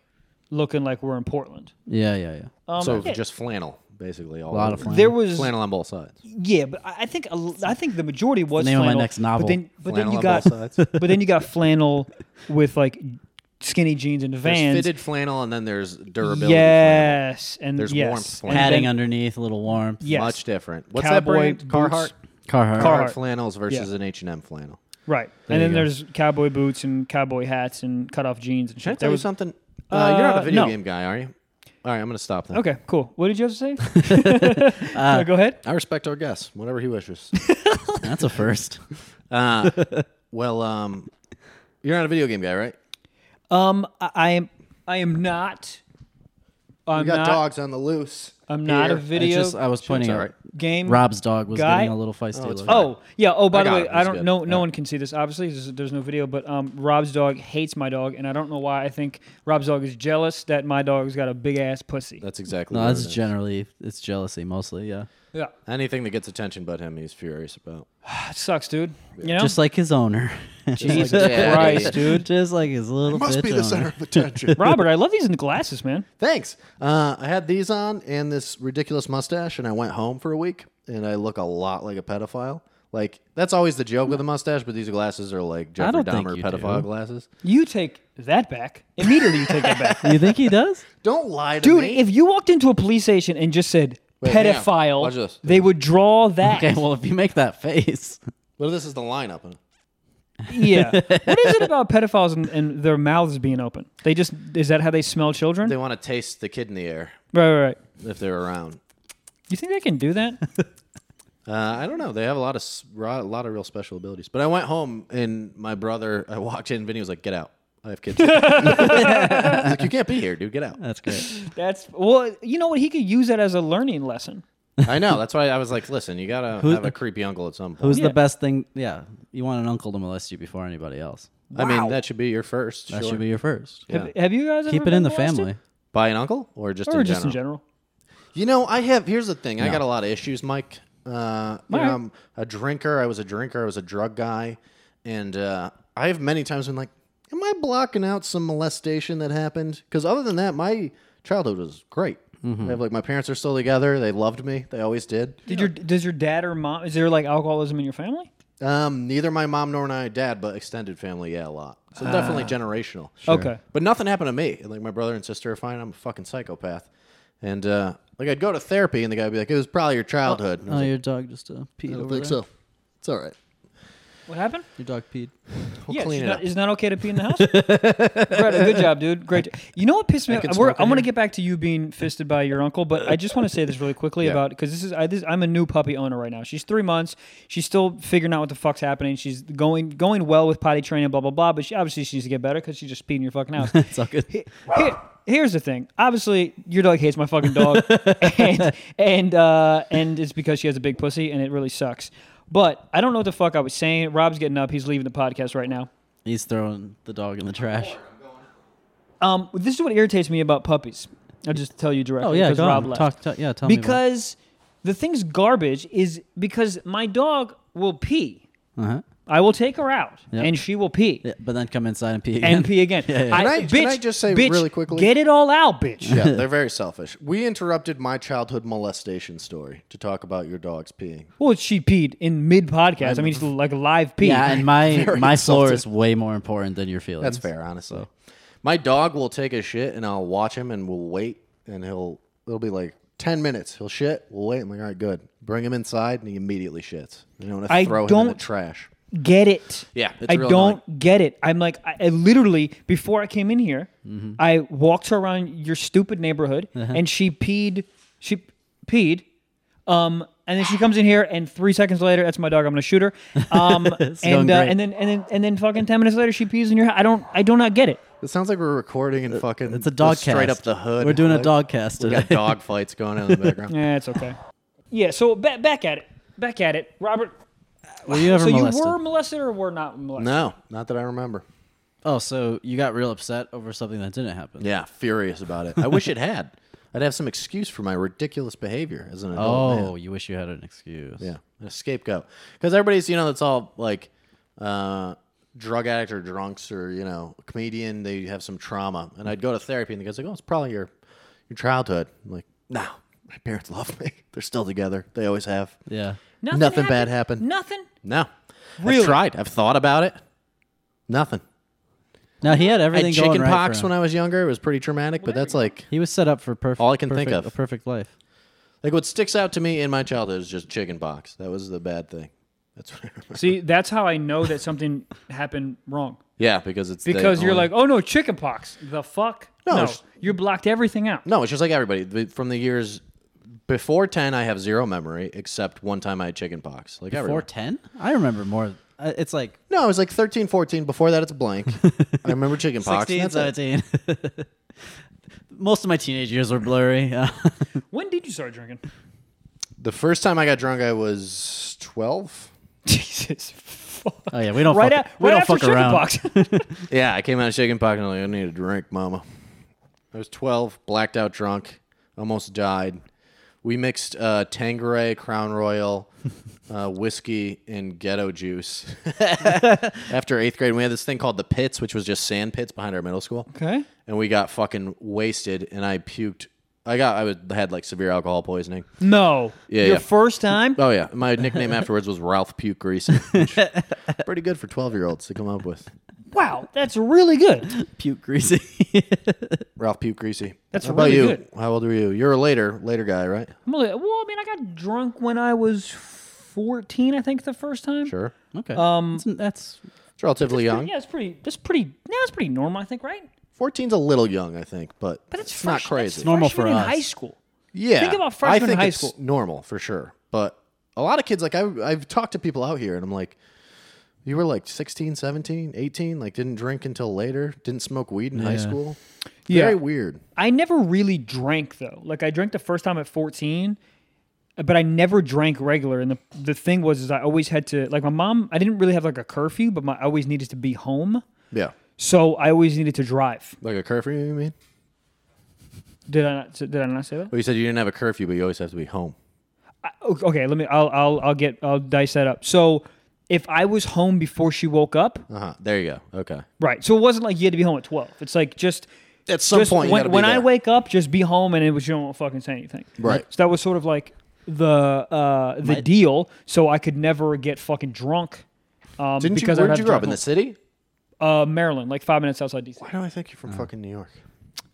S3: looking like we're in Portland.
S1: Yeah, yeah, yeah.
S3: Um,
S2: so
S3: yeah,
S2: just flannel, basically.
S1: A
S2: All
S1: lot of
S2: over.
S1: fun.
S3: there was
S2: flannel on both sides.
S3: yeah, but I I think a l- I think the majority was
S1: name of my
S3: flannel,
S1: next novel.
S3: But then, but then
S2: Flannel
S3: you
S2: on
S3: got
S2: both sides.
S3: *laughs* but then you got flannel with like skinny jeans and
S2: There's
S3: vans.
S2: fitted flannel, and then there's durability. flannel.
S3: Yes, and
S2: There's
S3: yes,
S2: warmth
S3: and
S2: flannel.
S1: Padding
S3: then-
S1: underneath, a little warmth.
S3: Yes,
S2: much different. What's that
S3: Cowboy
S2: brand? Carhartt.
S3: boots.
S1: Carhartt.
S3: Car- Carhartt.
S2: Carhartt flannels versus an H and M flannel.
S3: right. and then there's cowboy boots and cowboy hats and cut off jeans and
S2: Can I
S3: shit.
S2: tell
S3: There
S2: you
S3: was
S2: something? Uh, you're not
S3: Uh,
S2: a video
S3: no.
S2: game guy, are you? All right, I'm gonna stop that.
S3: Okay, cool. What did you have to say?
S2: *laughs*
S3: *laughs* Uh, go ahead.
S2: I respect our guest, whatever he wishes.
S1: That's a first.
S2: *laughs* uh, well, um, you're not a video game guy, right?
S3: Um, I, I am. I am not. I'm
S2: You got
S3: not.
S2: dogs on the loose.
S3: I'm not a
S2: Here.
S1: I
S3: video
S1: just I was pointing out
S2: alright.
S3: game.
S1: Rob's dog was
S3: Guy?
S1: getting a little feisty.
S2: Oh, it's
S1: looking.
S2: fine.
S3: Oh yeah. Oh, by
S2: I
S3: the
S2: got
S3: way,
S2: it.
S3: I
S2: It's
S3: don't.
S2: good.
S3: No, no one can see this. Obviously, there's, there's no video. But um, Rob's dog hates my dog, and I don't know why. I think Rob's dog is jealous that my dog's got a big ass pussy.
S2: That's exactly.
S1: no,
S2: what
S1: that's
S2: it is.
S1: generally it's jealousy mostly. Yeah,
S3: yeah,
S2: Anything that gets attention but him, he's furious about.
S3: that Ah, sucks, dude. You know,
S1: just like his owner.
S3: Jesus
S2: like daddy.
S1: *laughs*
S3: Christ, dude.
S1: just like his little bitch owner.
S2: of
S3: *laughs*
S2: attention.
S3: Robert, I love these glasses, man.
S2: Thanks. Uh, I had these on and this ridiculous mustache, and I went home for a week, and I look a lot like a pedophile. Like that's always the joke with a mustache, but these glasses are like
S1: don't
S2: Jeffrey
S1: think
S2: Dahmer
S1: you do.
S2: pedophile glasses.
S3: You take that back immediately. You take that
S2: *laughs*
S3: back.
S1: You think he does?
S2: Don't lie to
S3: Dude,
S2: me.
S3: if you walked into a police station and just said
S2: Wait, hang on. Watch
S3: pedophile,
S2: this.
S3: they
S2: *laughs*
S3: would draw that.
S1: Okay, well if you make that face, *laughs*
S2: well, this is the lineup.
S3: *laughs*
S2: *laughs*
S3: yeah. What is it about pedophiles and, and their mouths being open? They just is that how they smell children?
S2: They want to taste the kid in the air
S3: right, right, right.
S2: if they're around.
S3: You think they can do that?
S2: *laughs* Uh, I don't know. They have a lot of s- ra- a lot of real special abilities. But I went home and my brother. *laughs* I walked in. Vinny was like, "Get out! I have kids." *laughs* I was like, "You can't be here, dude. Get out."
S1: that's
S3: *laughs*
S1: great.
S3: That's well, you know what? He could use that as a learning lesson.
S2: I know. That's why I was like, "Listen, you gotta have a creepy uncle at some point."
S1: Who's
S3: Yeah.
S1: the best thing? Yeah, you want an uncle to molest you before anybody else.
S2: I mean, that should be your first.
S1: That
S2: sure.
S1: should be your first.
S2: Yeah.
S3: Have, have you guys
S1: Keep
S3: ever
S1: it in
S3: been
S1: the
S3: molested?
S1: family.
S2: by an uncle or just
S3: or
S2: in
S3: just
S2: general?
S3: in general?
S2: You know, I have. Here's the thing. I got a lot of issues, Mike. Uh, you know,
S3: right.
S2: I'm a drinker. I was a drinker. I was a drug guy, and uh, I have many times been like, "Am I blocking out some molestation that happened?" Because other than that, my childhood was great.
S1: Mm-hmm.
S2: I have like my parents are still together. They loved me. They always did.
S3: Did your does your dad or mom is there like alcoholism in your family?
S2: Um, neither my mom nor my dad, but extended family, yeah, a lot.
S1: Ah.
S2: So definitely generational.
S3: Okay.
S2: But nothing happened to me. Like my brother and sister are fine. I'm a fucking psychopath. And uh, like I'd go to therapy, and the guy would be like, "It was probably your childhood." And I
S1: Oh,
S2: was like,
S1: your dog just uh, peed
S2: I
S1: over
S2: don't think
S1: there.
S2: so. It's all right.
S3: What happened?
S1: Your dog peed.
S2: We'll
S3: yeah,
S2: clean
S3: she's
S2: it
S3: not,
S2: up.
S3: is not okay to pee in
S2: *laughs*
S3: the house. Brett, a good job, dude. Great. jo- You know what pissed me
S2: can
S3: off? We're,
S2: smoke in
S3: I'm going to
S2: here.
S3: get back to you being fisted by your uncle, but I just want to say this really quickly
S2: Yeah.
S3: about because this is I, this, I'm a new puppy owner right now. She's three months. She's still figuring out what the fuck's happening. She's going going well with potty training, blah blah blah. But she obviously she needs to get better because she just peed in your
S2: *laughs*
S3: fucking house.
S1: *laughs* It's all good.
S3: Here- here's the thing. Obviously, your dog hates my fucking
S2: *laughs*
S3: dog, and and uh, and it's because she has a big pussy, and it really sucks. But I don't know what the fuck I was saying. Rob's getting up. He's leaving the podcast right now.
S1: He's throwing the dog in the trash.
S3: Um, this is what irritates me about puppies. I'll just tell you directly.
S1: Oh yeah,
S3: because
S1: go
S3: Rob
S1: on.
S3: left.
S1: Talk, talk. Yeah, tell me. about-
S3: because the thing's garbage is because my dog will pee.
S1: Uh-huh.
S3: I will take her out,
S1: Yep.
S3: and she will pee.
S1: Yeah, but then come inside and pee again.
S3: And pee again.
S1: Yeah, yeah.
S2: Can I- can I just say
S3: bitch,
S2: really quickly?
S3: Get it all out, bitch.
S2: Yeah, they're very selfish. We interrupted my childhood molestation story to talk about your dog's peeing.
S3: Well, she peed in mid podcast. I mean, it's like a live
S1: *laughs*
S3: pee.
S1: Yeah, and *laughs* my
S2: Very
S1: my floor
S2: insulted.
S1: is way more important than your feelings.
S2: That's fair, honestly. My dog will take a shit and I'll watch him and we'll wait and he'll it'll be like ten minutes. He'll shit. We'll wait. I'm like, all right, good. Bring him inside and he immediately shits. You know, and I
S3: I
S2: throw him in
S3: don't-
S2: the trash.
S3: get it.
S2: Yeah, it's
S3: I
S2: real
S3: don't get it. I'm like, I, I literally before I came in here,
S2: Mm-hmm.
S3: I walked her around your stupid neighborhood,
S2: Uh-huh.
S3: and she peed. She peed. Um, and then she comes in here, and three seconds later, that's my dog. I'm gonna
S2: *laughs*
S3: shoot her. Um,
S1: going
S3: and uh,
S1: great.
S2: *laughs*
S3: and then and then and then fucking ten minutes later, she pees in your. I don't. I do not get it.
S2: It sounds like we're recording and fucking.
S1: Uh, It's a dog
S2: straight
S1: cast.
S2: up the hood.
S1: We're doing a
S2: Like,
S1: dog cast
S2: We
S1: today.
S2: *laughs* got dog fights going on in
S1: *laughs*
S2: the background.
S3: Yeah, it's okay. Yeah, so ba- back at it. Back at it. Robert,
S1: Were you ever
S3: so
S1: molested?
S3: you were molested or were not molested?
S2: No, not that I remember.
S1: Oh, so you got real upset over something that didn't happen.
S2: Yeah, furious about it. I wish it had.
S1: *laughs*
S2: I'd have some excuse for my ridiculous behavior as an adult. man.
S1: Oh, you wish you had an excuse.
S2: Yeah, a scapegoat. Because everybody's, you know, that's all like uh, drug addict or drunks or you know, comedian. They have some trauma, and I'd go to therapy, and the guy's like, "Oh, it's probably your your childhood." I'm like, no, my parents love me. *laughs* They're still together. They always have.
S1: Yeah.
S3: Nothing,
S2: Nothing bad happened.
S3: Nothing?
S2: No,
S3: Really?
S2: I've tried. I've thought about it. Nothing.
S1: Now he had
S2: I
S1: everything
S2: had chicken
S1: going right
S2: pox
S1: for him.
S2: when I was younger. It was pretty traumatic, but that's like
S1: he was set up for perfect.
S2: All I can think
S1: perfect-
S2: of.
S1: a perfect life.
S2: like what sticks out to me in my childhood is just chicken pox. That was the bad thing. That's what I remember.
S3: See, that's how I know that something happened wrong.
S2: Yeah, because it's the
S3: Because you're
S2: only-
S3: like, oh no, chicken pox. The fuck?
S2: No,
S3: No.
S2: it's-
S3: You blocked everything out.
S2: No, it's just like everybody. The- From the years before 10, I have zero memory, except one time I had chickenpox. Like
S1: Four
S2: everyone.
S1: ten? I remember more. I- It's like
S2: No, it was like 13, 14. Before that, it's a *laughs* blank. I remember chickenpox. and
S1: 16,
S2: that's it.
S1: 17. *laughs* Most of my teenage years were blurry. *laughs* Uh,
S3: When did you start drinking?
S2: *laughs* The first time I got drunk, I was 12.
S3: Jesus fuck.
S1: oh yeah, we don't
S3: right
S1: fuck,
S3: at,
S1: we
S3: right
S1: don't
S3: after
S1: fuck around.
S3: chickenpox.
S2: *laughs* Yeah, I came out of chickenpox and I was like, I need a drink, mama. I was 12, blacked out drunk, almost died. We mixed uh, Tanqueray, Crown Royal, uh, whiskey, and ghetto juice. After eighth grade, we had this thing called the pits, which was just sand pits behind our middle school.
S3: okay.
S2: and we got fucking wasted and I puked. I got I would, had like severe alcohol poisoning.
S3: No.
S2: Yeah,
S3: Your
S2: yeah.
S3: first time?
S2: Oh yeah, my nickname afterwards was Ralph Puke Greasy. which- Pretty good for 12-year-olds to come up with.
S3: Wow, that's really good.
S1: Puke greasy.
S2: Ralph Puke Greasy.
S3: That's
S2: How about
S3: really
S2: you?
S3: good.
S2: How old were you? You're a later later guy, right?
S3: I'm only- well, I mean, I got drunk when I was 14, I think, the first time.
S2: Sure.
S1: *laughs* okay. Um, that's,
S2: It's relatively young.
S3: Yeah, it's pretty. That's pretty. No, it's pretty normal, I think, right?
S2: 14's a little young, I think, but,
S3: But it's,
S2: it's
S3: fresh,
S2: not crazy.
S3: That's
S1: normal
S3: freshman
S1: for
S3: in
S1: us.
S3: high school.
S2: Yeah.
S3: Think about freshman
S2: I think
S3: high
S2: it's
S3: school.
S2: normal for sure. But a lot of kids, like, I, I've talked to people out here and I'm like, you were like 16, 17, 18, like, didn't drink until later, didn't smoke weed in high
S1: Yeah.
S2: school.
S3: Yeah.
S2: Very weird.
S3: I never really drank though. Like I drank the first time at 14, but I never drank regular. And the the thing was is I always had to like my mom. I didn't really have like a curfew, but my, I always needed to be home,
S2: Yeah.
S3: so I always needed to drive.
S2: Like a curfew, you mean?
S3: Did I not? Did I not say that?
S2: Well, you said you didn't have a curfew, but you always have to be home.
S3: O- Okay, let me. I'll I'll I'll get I'll dice that up. So if I was home before she woke up,
S2: Uh huh. There you go. Okay.
S3: right? So it wasn't like you had to be home at 12. It's like just.
S2: At some
S3: just
S2: point, you
S3: when,
S2: gotta be
S3: when I
S2: there.
S3: wake up, just be home, and it was you don't fucking say anything.
S2: Right.
S3: So that was sort of like the uh, the deal. So I could never get fucking drunk. Um,
S2: Didn't
S3: because
S2: you,
S3: I'd
S2: where
S3: have
S2: did you
S3: to
S2: grow
S3: drive
S2: up? In
S3: home.
S2: the city?
S3: Uh, Maryland, like five minutes outside DC.
S2: Why do I think you're from fucking New York?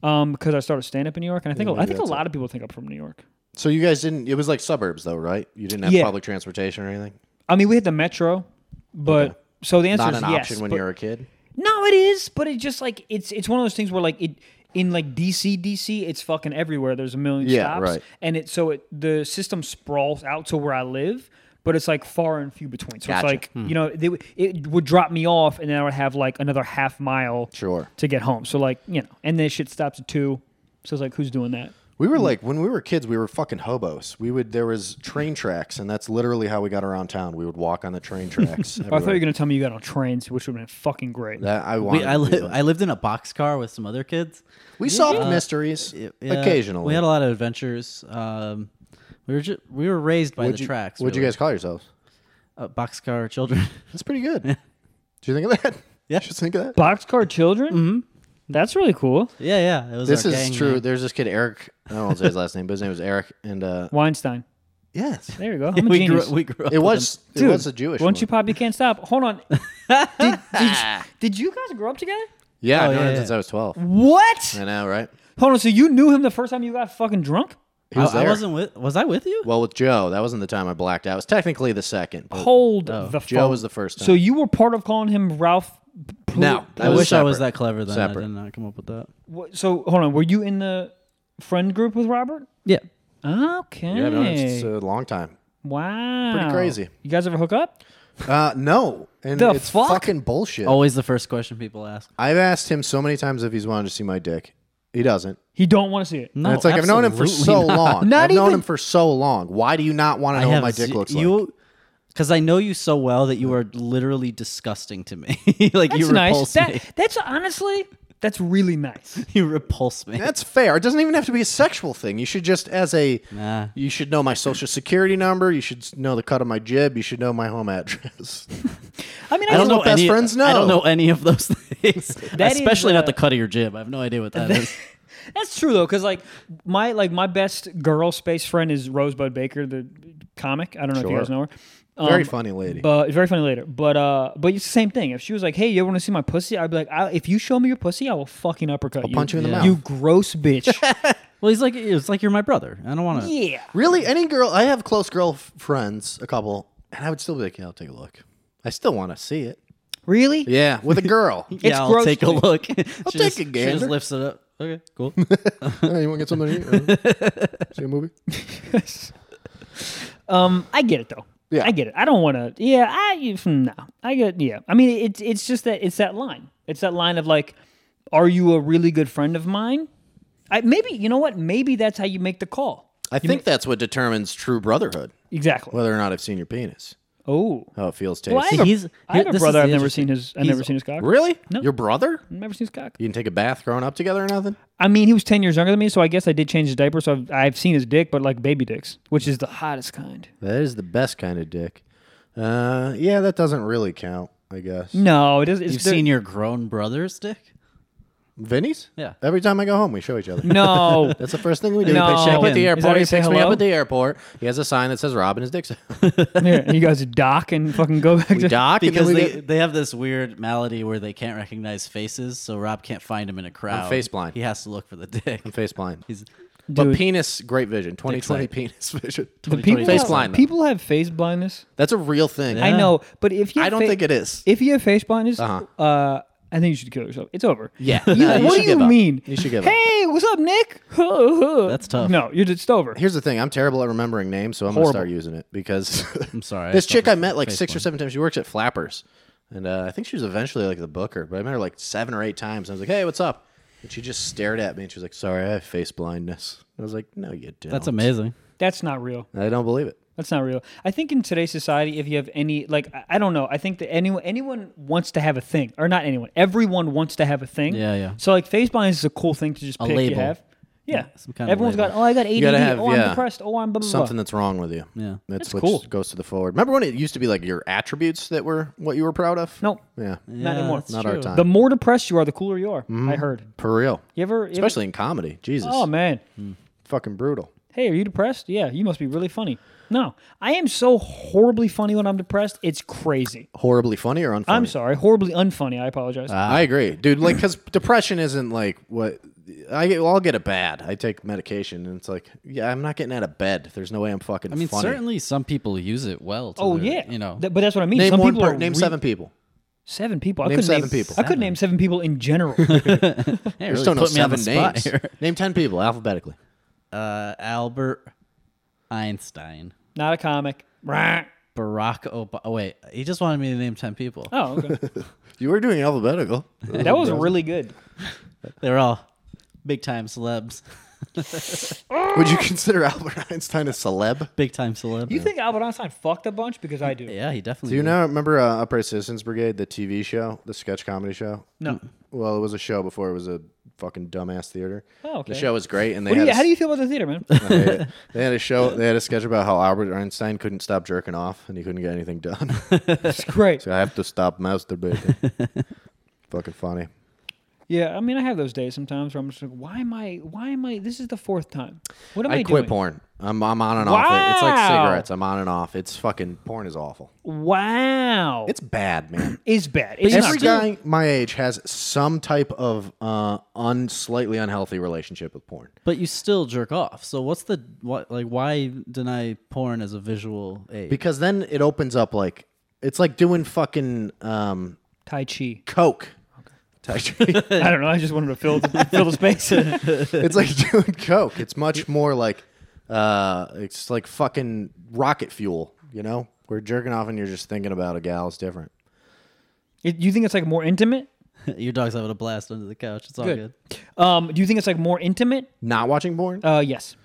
S3: Um, because I started stand up in New York, and I think I think a
S2: that's
S3: lot of people think I'm from New York.
S2: So you guys didn't, it was like suburbs, though, right? You didn't have
S3: Yeah.
S2: public transportation or anything?
S3: I mean, we had the metro, but
S2: Okay.
S3: so the answer
S2: Not
S3: is
S2: an
S3: yes.
S2: option when
S3: but-
S2: you're a kid?
S3: No, it is, but it's just like it's it's one of those things where like it in like DC, DC, it's fucking everywhere. There's a million
S2: Yeah,
S3: stops,
S2: right.
S3: and it so it the system sprawls out to where I live, but it's like far and few between. So
S2: Gotcha. Hmm.
S3: it's like you know they, would- it would drop me off, and then I would have like another half mile
S2: Sure.
S3: to get home. So like you know, and then shit stops at two. So it's like who's doing that?
S2: We
S1: Mm.
S2: were like when we were kids, we were fucking hobos. We would there was train tracks, and that's literally how we got around town. We would walk on the
S1: *laughs*
S2: train tracks.
S3: Oh, I thought you were gonna tell me you got on trains, which would have been fucking great.
S2: that I wanted.
S1: we, I,
S2: to do
S1: li-
S2: that.
S1: I lived in a boxcar with some other kids.
S2: we solved mysteries
S1: Yeah,
S2: occasionally.
S1: We had a lot of adventures. Um, we were ju- we were raised by
S2: What'd
S1: the
S2: you,
S1: tracks.
S2: What'd you
S1: really.
S2: guys call yourselves?
S1: Uh, boxcar children. *laughs*
S2: That's pretty good. Do you think of that? *laughs*
S1: Yeah.
S2: you should think of that.
S3: Boxcar children. Mm-hmm. That's really cool.
S1: yeah, yeah. It was
S2: This
S1: our
S2: is
S1: gang
S2: true.
S1: name.
S2: There's this kid Eric. I don't want to say his last name, but his name was Eric. And uh,
S3: Weinstein.
S2: yes,
S3: There you go.
S2: *laughs*
S3: I'm a
S1: we grew,
S3: genius.
S1: we grew up.
S2: it
S1: with
S2: was. It
S3: Dude,
S2: was a Jewish.
S3: Once you
S2: one.
S3: pop, you can't stop. Hold on. did, did, did you guys grow up together?
S2: yeah,
S1: Oh,
S2: I've known
S1: yeah,
S2: him
S1: yeah.
S2: since I was twelve.
S3: What?
S2: I know, right?
S3: Hold on. So you knew him the first time you got fucking drunk?
S2: He was
S1: I, I
S2: there.
S1: wasn't with. Was I with you?
S2: well with Joe. That wasn't the time I blacked out. It was technically the second.
S1: Oh,
S2: But
S3: Hold the
S2: Oh, Joe
S3: phone.
S2: was the first time.
S3: So you were part of calling him Ralph. Plu-
S2: No,
S1: I
S2: was
S1: wish I was
S2: separate.
S1: that clever. Then
S2: Separate.
S1: I did not come up with that.
S3: Wh- So hold on. Were you in the friend group with Robert?
S1: Yeah.
S3: Okay.
S1: *laughs*
S2: Yeah, I've known him since a long time.
S3: wow.
S2: uh, crazy.
S3: You guys ever hook up?
S2: Uh, no, and
S3: The
S2: it's
S3: fuck?
S2: fucking bullshit.
S1: Always the first question people ask.
S2: I've asked him so many times if he's wanted to see my dick. He doesn't.
S3: He don't want to see it.
S1: No,
S2: And it's like I've known him for
S1: absolutely *laughs*
S2: so
S1: not.
S2: long.
S3: Not
S2: I've known
S3: even-
S2: him for so long. Why do you not want to know what my dick
S1: z-
S2: looks like?
S1: you, because I know you so well that you are literally disgusting to me. *laughs* like
S3: That's
S1: you
S3: nice.
S1: repulse me. *laughs*
S3: That, that's honestly, that's really nice.
S1: You repulse me.
S2: That's fair. It doesn't even have to be a sexual thing. You should just as a
S1: Nah.
S2: you should know my social security number, you should know the cut of my jib, you should know my home address. *laughs*
S3: I mean, I,
S1: I
S3: just-
S1: don't know
S2: what best
S1: any,
S2: friends know.
S1: I don't know any of those *laughs* things,
S3: *laughs* That is,
S1: especially
S3: uh,
S1: not the cut of your jib. I have no idea what
S3: *laughs*
S1: that is.
S3: That's true though, because like my like my best girl space friend is Rosebud Baker, the comic. I don't know if you
S2: Sure.
S3: guys know her.
S2: Very
S3: Um,
S2: funny lady.
S3: But very funny later. But uh, but it's the same thing. If she was like, "Hey, you ever want to see my pussy?" I'd be like, I, "If you show me your pussy, I will fucking uppercut you,
S2: punch you in the
S1: Yeah.
S2: mouth.
S3: you gross bitch."
S1: Well, he's like, it's like you're my brother. I don't want to.
S3: yeah.
S2: really any girl I have close girl f- friends, a couple, and I would still be like, Yeah, I'll take a look. I still want to see it.
S3: *laughs* Really?
S2: Yeah. With a *laughs* girl.
S1: Yeah,
S3: It's
S1: I'll take a
S3: grossly-
S1: look. *laughs* I'll
S2: take a
S1: just, She
S2: gander.
S1: just lifts it up. Okay,
S2: *laughs*
S1: cool.
S2: Hey, you wanna get something to eat? Uh, see a movie?
S3: Um, I get it though.
S2: Yeah.
S3: I get it. I don't want to. Yeah, I you- hmm, no. I get. Yeah, I mean, it's it's just that it's that line. It's that line of like, are you a really good friend of mine? I maybe you know what? Maybe that's how you make the call.
S2: I think that's what determines true brotherhood,
S3: Exactly.
S2: whether or not I've seen your penis.
S3: oh,
S2: How it feels tasty.
S3: Well, I have,
S1: See,
S3: a-
S1: he's-
S3: I have
S1: here- this
S3: a
S1: is
S3: brother.
S1: the
S3: I've never
S1: interesting-
S3: seen his. I've
S1: he's-
S3: never seen his
S2: *laughs*
S3: cock.
S2: Really?
S3: No.
S2: Your brother?
S3: I've never seen his cock.
S2: You didn't take a bath growing up together or nothing?
S3: I mean, he was ten years younger than me, so I guess I did change his diaper. So I've, I've seen his dick, but like baby dicks, which is the hottest kind.
S2: That is the best kind of dick. Uh, yeah, that doesn't really count, I guess.
S3: No, it is. It's
S1: You've
S3: there-
S1: seen your grown brother's dick?
S2: *laughs* Vinny's?
S1: Yeah.
S2: Every time I go home, we show each other.
S3: *laughs* No.
S2: That's the first thing we do.
S3: No.
S2: We pick him up at
S1: Is
S2: the
S1: that
S2: airport.
S3: what
S2: He
S3: you say,
S2: picks me up
S3: hello?
S2: at the airport. He has a sign that says Robin
S3: *laughs*
S2: is Dixon.
S3: Yeah, you guys dock and fucking go back
S2: We
S3: to
S2: dock and then
S1: Because
S2: we
S1: they,
S3: *laughs*
S2: get-
S1: they have this weird malady where they can't recognize faces, so Rob can't find him in a crowd.
S2: face blind.
S1: He has to look for the dick.
S2: I'm face blind.
S1: He's
S2: But
S3: Dude.
S2: penis, great vision. 2020
S1: Dick
S2: penis *laughs* vision.
S3: The people
S2: Face
S3: have,
S2: blind, though.
S3: People have face blindness.
S2: That's a real thing.
S1: Yeah.
S3: I know, but if you
S2: I
S3: have
S2: don't
S3: fa-
S2: think it is.
S3: If you have face blindness, uh
S2: Uh-huh.
S3: I think you should kill yourself. It's over.
S2: Yeah.
S3: *laughs* You-
S2: No, *laughs* you
S3: what
S2: should
S3: do you
S2: give up.
S3: mean?
S2: You should give up.
S3: Hey, what's up, Nick? *laughs*
S1: That's tough.
S3: No, you're just it's over.
S2: Here's the thing. I'm terrible at remembering names, so I'm
S3: Horrible.
S2: gonna start using it because
S1: I'm sorry, I
S2: this
S1: thought
S2: chick
S1: it
S2: I
S1: was
S2: met like
S1: face
S2: six or
S1: blind.
S2: seven times. She works at Flappers, and uh, I think she was eventually like the booker. But I met her like seven or eight times. And I was like, "Hey, what's up?" And she just stared at me, and she was like, "Sorry, I have face blindness." I was like, "No, you don't."
S1: that's amazing.
S3: That's not real.
S2: I don't believe it.
S3: That's not real. I think in today's society, if you have any, like, I- I don't know. I think that anyone, anyone wants to have a thing, or not anyone. Everyone wants to have a thing.
S1: Yeah, yeah.
S3: So like, face blindness is a cool thing to just pick. You
S1: label.
S3: have. Yeah.
S1: Yeah, some kind of
S3: Everyone's
S1: label.
S3: got. Oh, I got ADD.
S2: gotta have-
S3: oh,
S2: yeah.
S3: I'm depressed. Oh, I'm blah blah
S2: Something
S3: blah.
S2: that's wrong with you.
S1: Yeah.
S2: that's,
S3: That's
S2: what
S3: cool.
S2: Goes to the forward. Remember when it used to be like your attributes that were what you were proud of?
S3: No,
S2: Yeah.
S3: not
S1: Yeah,
S3: anymore.
S1: that's
S2: Not our
S1: true.
S2: time.
S3: The more depressed you are, the cooler you are. I heard.
S2: For real.
S3: You ever, you ever-
S2: Especially in comedy. Jesus.
S3: Oh man.
S2: Fucking brutal.
S3: Hey, are you depressed? Yeah, you must be really funny. No, I am so horribly funny when I'm depressed. It's crazy.
S2: Horribly funny or unfunny?
S3: I'm sorry, horribly unfunny. I apologize.
S2: I agree, dude. Like, because depression isn't like what I get. Well, I'll get a bad. I take medication, and it's like, yeah, I'm not getting out of bed. There's no way I'm fucking.
S1: I mean,
S2: funny.
S1: certainly some people use it well. To
S3: oh
S1: their-
S3: yeah,
S1: you know,
S3: Th- but that's what I mean.
S2: Name
S3: Some
S2: one.
S3: people
S2: Per-
S3: are
S2: name
S3: re-
S2: seven people.
S3: Seven people. I
S2: Name
S3: couldn't
S2: seven
S3: name,
S2: people.
S3: I could name seven people
S2: *laughs*
S3: in general.
S1: Hey,
S2: I
S1: really
S2: just don't know
S1: put me on the
S2: seven
S1: spot
S2: names.
S1: here.
S3: *laughs*
S2: Name ten people alphabetically.
S1: Uh, Albert Einstein,
S3: Not a comic. Rah.
S1: Barack Obama. Oh wait, he just wanted me to name ten people. *laughs*
S3: oh,
S2: *laughs*
S3: okay.
S2: You were doing alphabetical.
S3: that was really good.
S1: They're all big time celebs.
S2: Would you consider *laughs* Albert Einstein a celeb?
S1: Big time celeb.
S3: You think Albert Einstein fucked a bunch because I do?
S1: Yeah, he definitely.
S2: Do you
S1: did.
S2: know? Remember uh, Upright Citizens Brigade, the TV show, the sketch comedy show?
S3: No.
S2: Well, it was a show before it was a fucking dumbass theater.
S3: Oh, okay.
S2: The show was great, and they
S3: What do
S2: had
S3: you,
S2: a
S3: how do you feel about the theater,
S2: *laughs*
S3: man?
S2: I hate it. they had a show. They had a sketch about how Albert Einstein couldn't stop jerking off and he couldn't get anything done. *laughs*
S3: It's great.
S2: so I have to stop masturbating. Fucking funny.
S3: Yeah, I mean, I have those days sometimes where I'm just like, why am I? Why am I? This is the fourth time. What am I,
S2: I quit
S3: doing?
S2: porn. I'm I'm on and off. it. It's like
S3: Wow.
S2: cigarettes. I'm on and off. It's fucking porn is awful.
S3: Wow,
S2: It's bad, man.
S3: is bad. It's
S2: Every
S3: not good.
S2: guy my age has some type of uh, un slightly unhealthy relationship with porn.
S1: But you still jerk off. So what's the what? Like, why deny porn as a visual aid?
S2: Because then it opens up like it's like doing fucking um,
S3: Tai Chi.
S2: coke. *laughs* Okay.
S3: I don't know. I just wanted to
S2: *laughs*
S3: fill the, fill the space. *laughs*
S2: it's *laughs* like doing coke. It's much more like uh, it's like fucking rocket fuel. You know, We're jerking off and you're just thinking about a gal. It's different.
S3: It- You think it's like more intimate?
S1: *laughs* Your dog's having a blast under the couch. It's all good.
S3: Good. Um, do you think it's like more intimate?
S2: Not watching porn?
S3: Uh, yes.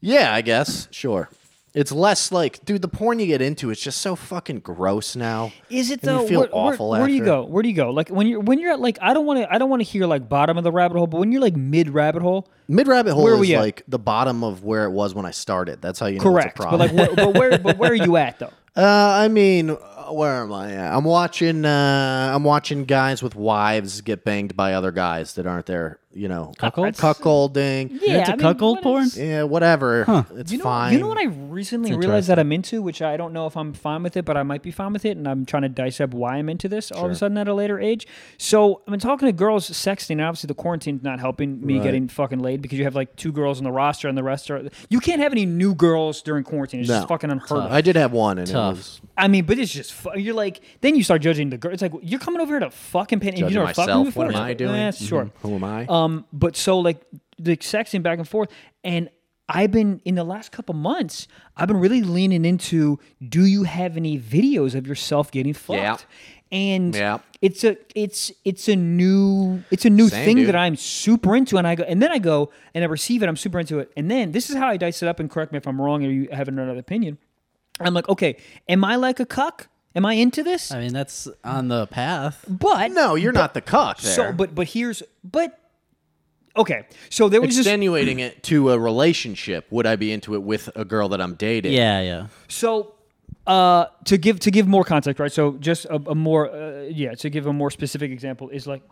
S2: yeah, I guess. Sure. It's less like, dude, the porn you get into is just so fucking gross now.
S3: Is it
S2: And you
S3: though?
S2: feel
S3: where, where-
S2: awful
S3: where do you
S2: after.
S3: go? Where do you go? Like when you're when you're at like I don't want to I don't want to hear like bottom of the rabbit hole, but when you're like mid rabbit hole,
S2: Mid rabbit hole
S3: Where
S2: is
S3: we at?
S2: like the bottom of where it was when I started. That's how you know
S3: correct.
S2: it's a
S3: But
S2: problem.
S3: like where, but where but where are you
S2: *laughs*
S3: at though?
S2: Uh, I mean, uh, where am I at? I'm watching. Uh, I'm watching guys with wives get banged by other guys that aren't there. You know,
S1: Cuckolds?
S2: cuckolding.
S1: You're into
S3: I mean,
S1: cuckold
S3: what
S1: porn?
S3: is-
S2: Yeah, whatever. It's
S3: You know,
S2: fine.
S3: you know what I recently
S1: It's
S3: realized that I'm into, which I don't know if I'm fine with it, but I might be fine with it, and I'm trying to dissect why I'm into this all of a sudden at a later age. So I've been talking to girls sexting, and obviously the quarantine's not helping me getting fucking laid because you have like two girls on the roster, and the rest are you can't have any new girls during quarantine. It's
S2: No.
S3: just fucking unheard of.
S2: I did have one, and
S1: Tough.
S2: it was
S3: I mean, but it's just fu- you're like then you start judging the girl. It's like you're coming over here to fucking pin. and
S2: Judging
S3: you never fucked me
S2: myself.
S3: before.
S2: What am I
S3: It's
S2: doing? Mm-hmm.
S3: like, eh, sure.
S2: who am I?
S3: Um, but so like the sexting back and forth, and I've been in the last couple months, I've been really leaning into do you have any videos of yourself getting fucked?
S2: Yeah.
S3: And
S2: Yeah.
S3: it's a it's it's a new it's a new
S2: Same,
S3: thing
S2: dude.
S3: that I'm super into, and I go and then I go and I receive it. I'm super into it, and then this is how I dice it up. And correct me if I'm wrong or you have another opinion. I'm like, okay, am I like a cuck? Am I into this?
S1: I mean, that's on the path.
S3: but
S2: no, you're not the cuck. There.
S3: so but but here's but okay. So there was just
S2: extenuating it to a relationship. Would I be into it with a girl that I'm dating?
S1: Yeah, yeah.
S3: So, uh, to give to give more context, right? So, just a, a more uh, yeah, to give a more specific example is like,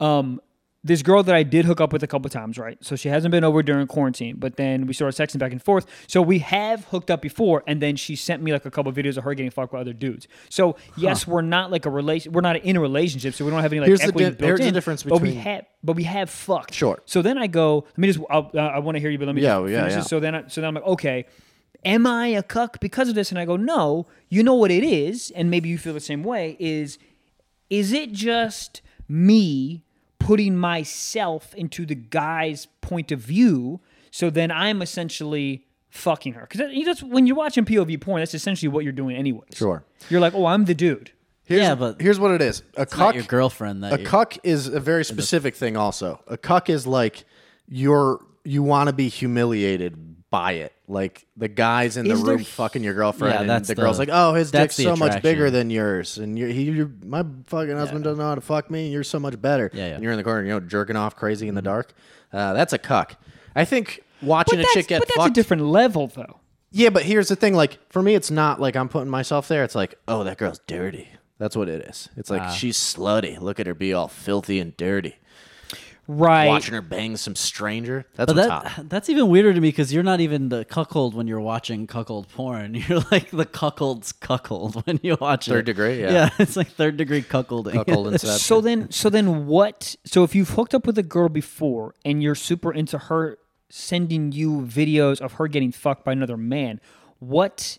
S3: um, this girl that I did hook up with a couple times, right? So she hasn't been over during quarantine, but then we started sexting back and forth. So we have hooked up before, and then she sent me like a couple videos of her getting fucked by other dudes. So yes, we're not like a relation, we're not in a relationship, so we don't have any like
S2: Here's the
S3: equity
S2: di-
S3: built
S2: here's the
S3: in,
S2: difference
S3: but we
S2: between-
S3: have but we have fucked.
S2: Sure.
S3: So then I go, let me just I'll, uh, I want to hear you, but let me
S2: Yeah,
S3: just
S2: yeah,
S3: finish
S2: yeah.
S3: this. So then I, so then I'm like, okay, am I a cuck because of this? And I go, no, you know what it is, and maybe you feel the same way, is is it just me putting myself into the guy's point of view? So then I'm essentially fucking her. Because that's when you're watching POV porn, that's essentially what you're doing anyway.
S2: Sure.
S3: You're like, oh, I'm the dude.
S2: Here's,
S1: Yeah, but
S2: here's what it is: a
S1: Not
S2: cuck.
S1: your girlfriend that
S2: a
S1: you-
S2: cuck is a very specific thing also a cuck is like you're you want to be humiliated by it like the guys in the
S3: Is there
S2: room fucking your girlfriend
S1: Yeah,
S2: and
S1: that's
S2: the, girl's
S1: the-
S2: like oh his
S1: that's
S2: dick's
S1: the
S2: so much
S1: attraction.
S2: bigger than yours and you're, he, you're my fucking husband doesn't know how to fuck me and you're so much better
S1: yeah.
S2: and you're in the corner you know jerking off crazy in the dark uh, that's a cuck i think watching a
S3: that's,
S2: chick get
S3: but that's a
S2: fucked
S3: different level, though.
S2: yeah, but here's the thing. Like for me, it's not like I'm putting myself there. It's like, oh, that girl's dirty. That's what it is. It's like she's slutty. Look at her be all filthy and dirty.
S3: Right.
S2: Watching her bang some stranger. That's
S1: But
S2: what's
S1: that *laughs*
S2: hot.
S1: that's even weirder to me because you're not even the cuckold when you're watching cuckold porn. *laughs* You're like the cuckold's cuckold when you watch it.
S2: Third degree, yeah.
S1: Yeah, *laughs* it's like third degree cuckolding.
S2: Cuckold inception.
S3: So then, so then, what? So if you've hooked up with a girl before and you're super into her sending you videos of her getting fucked by another man, what?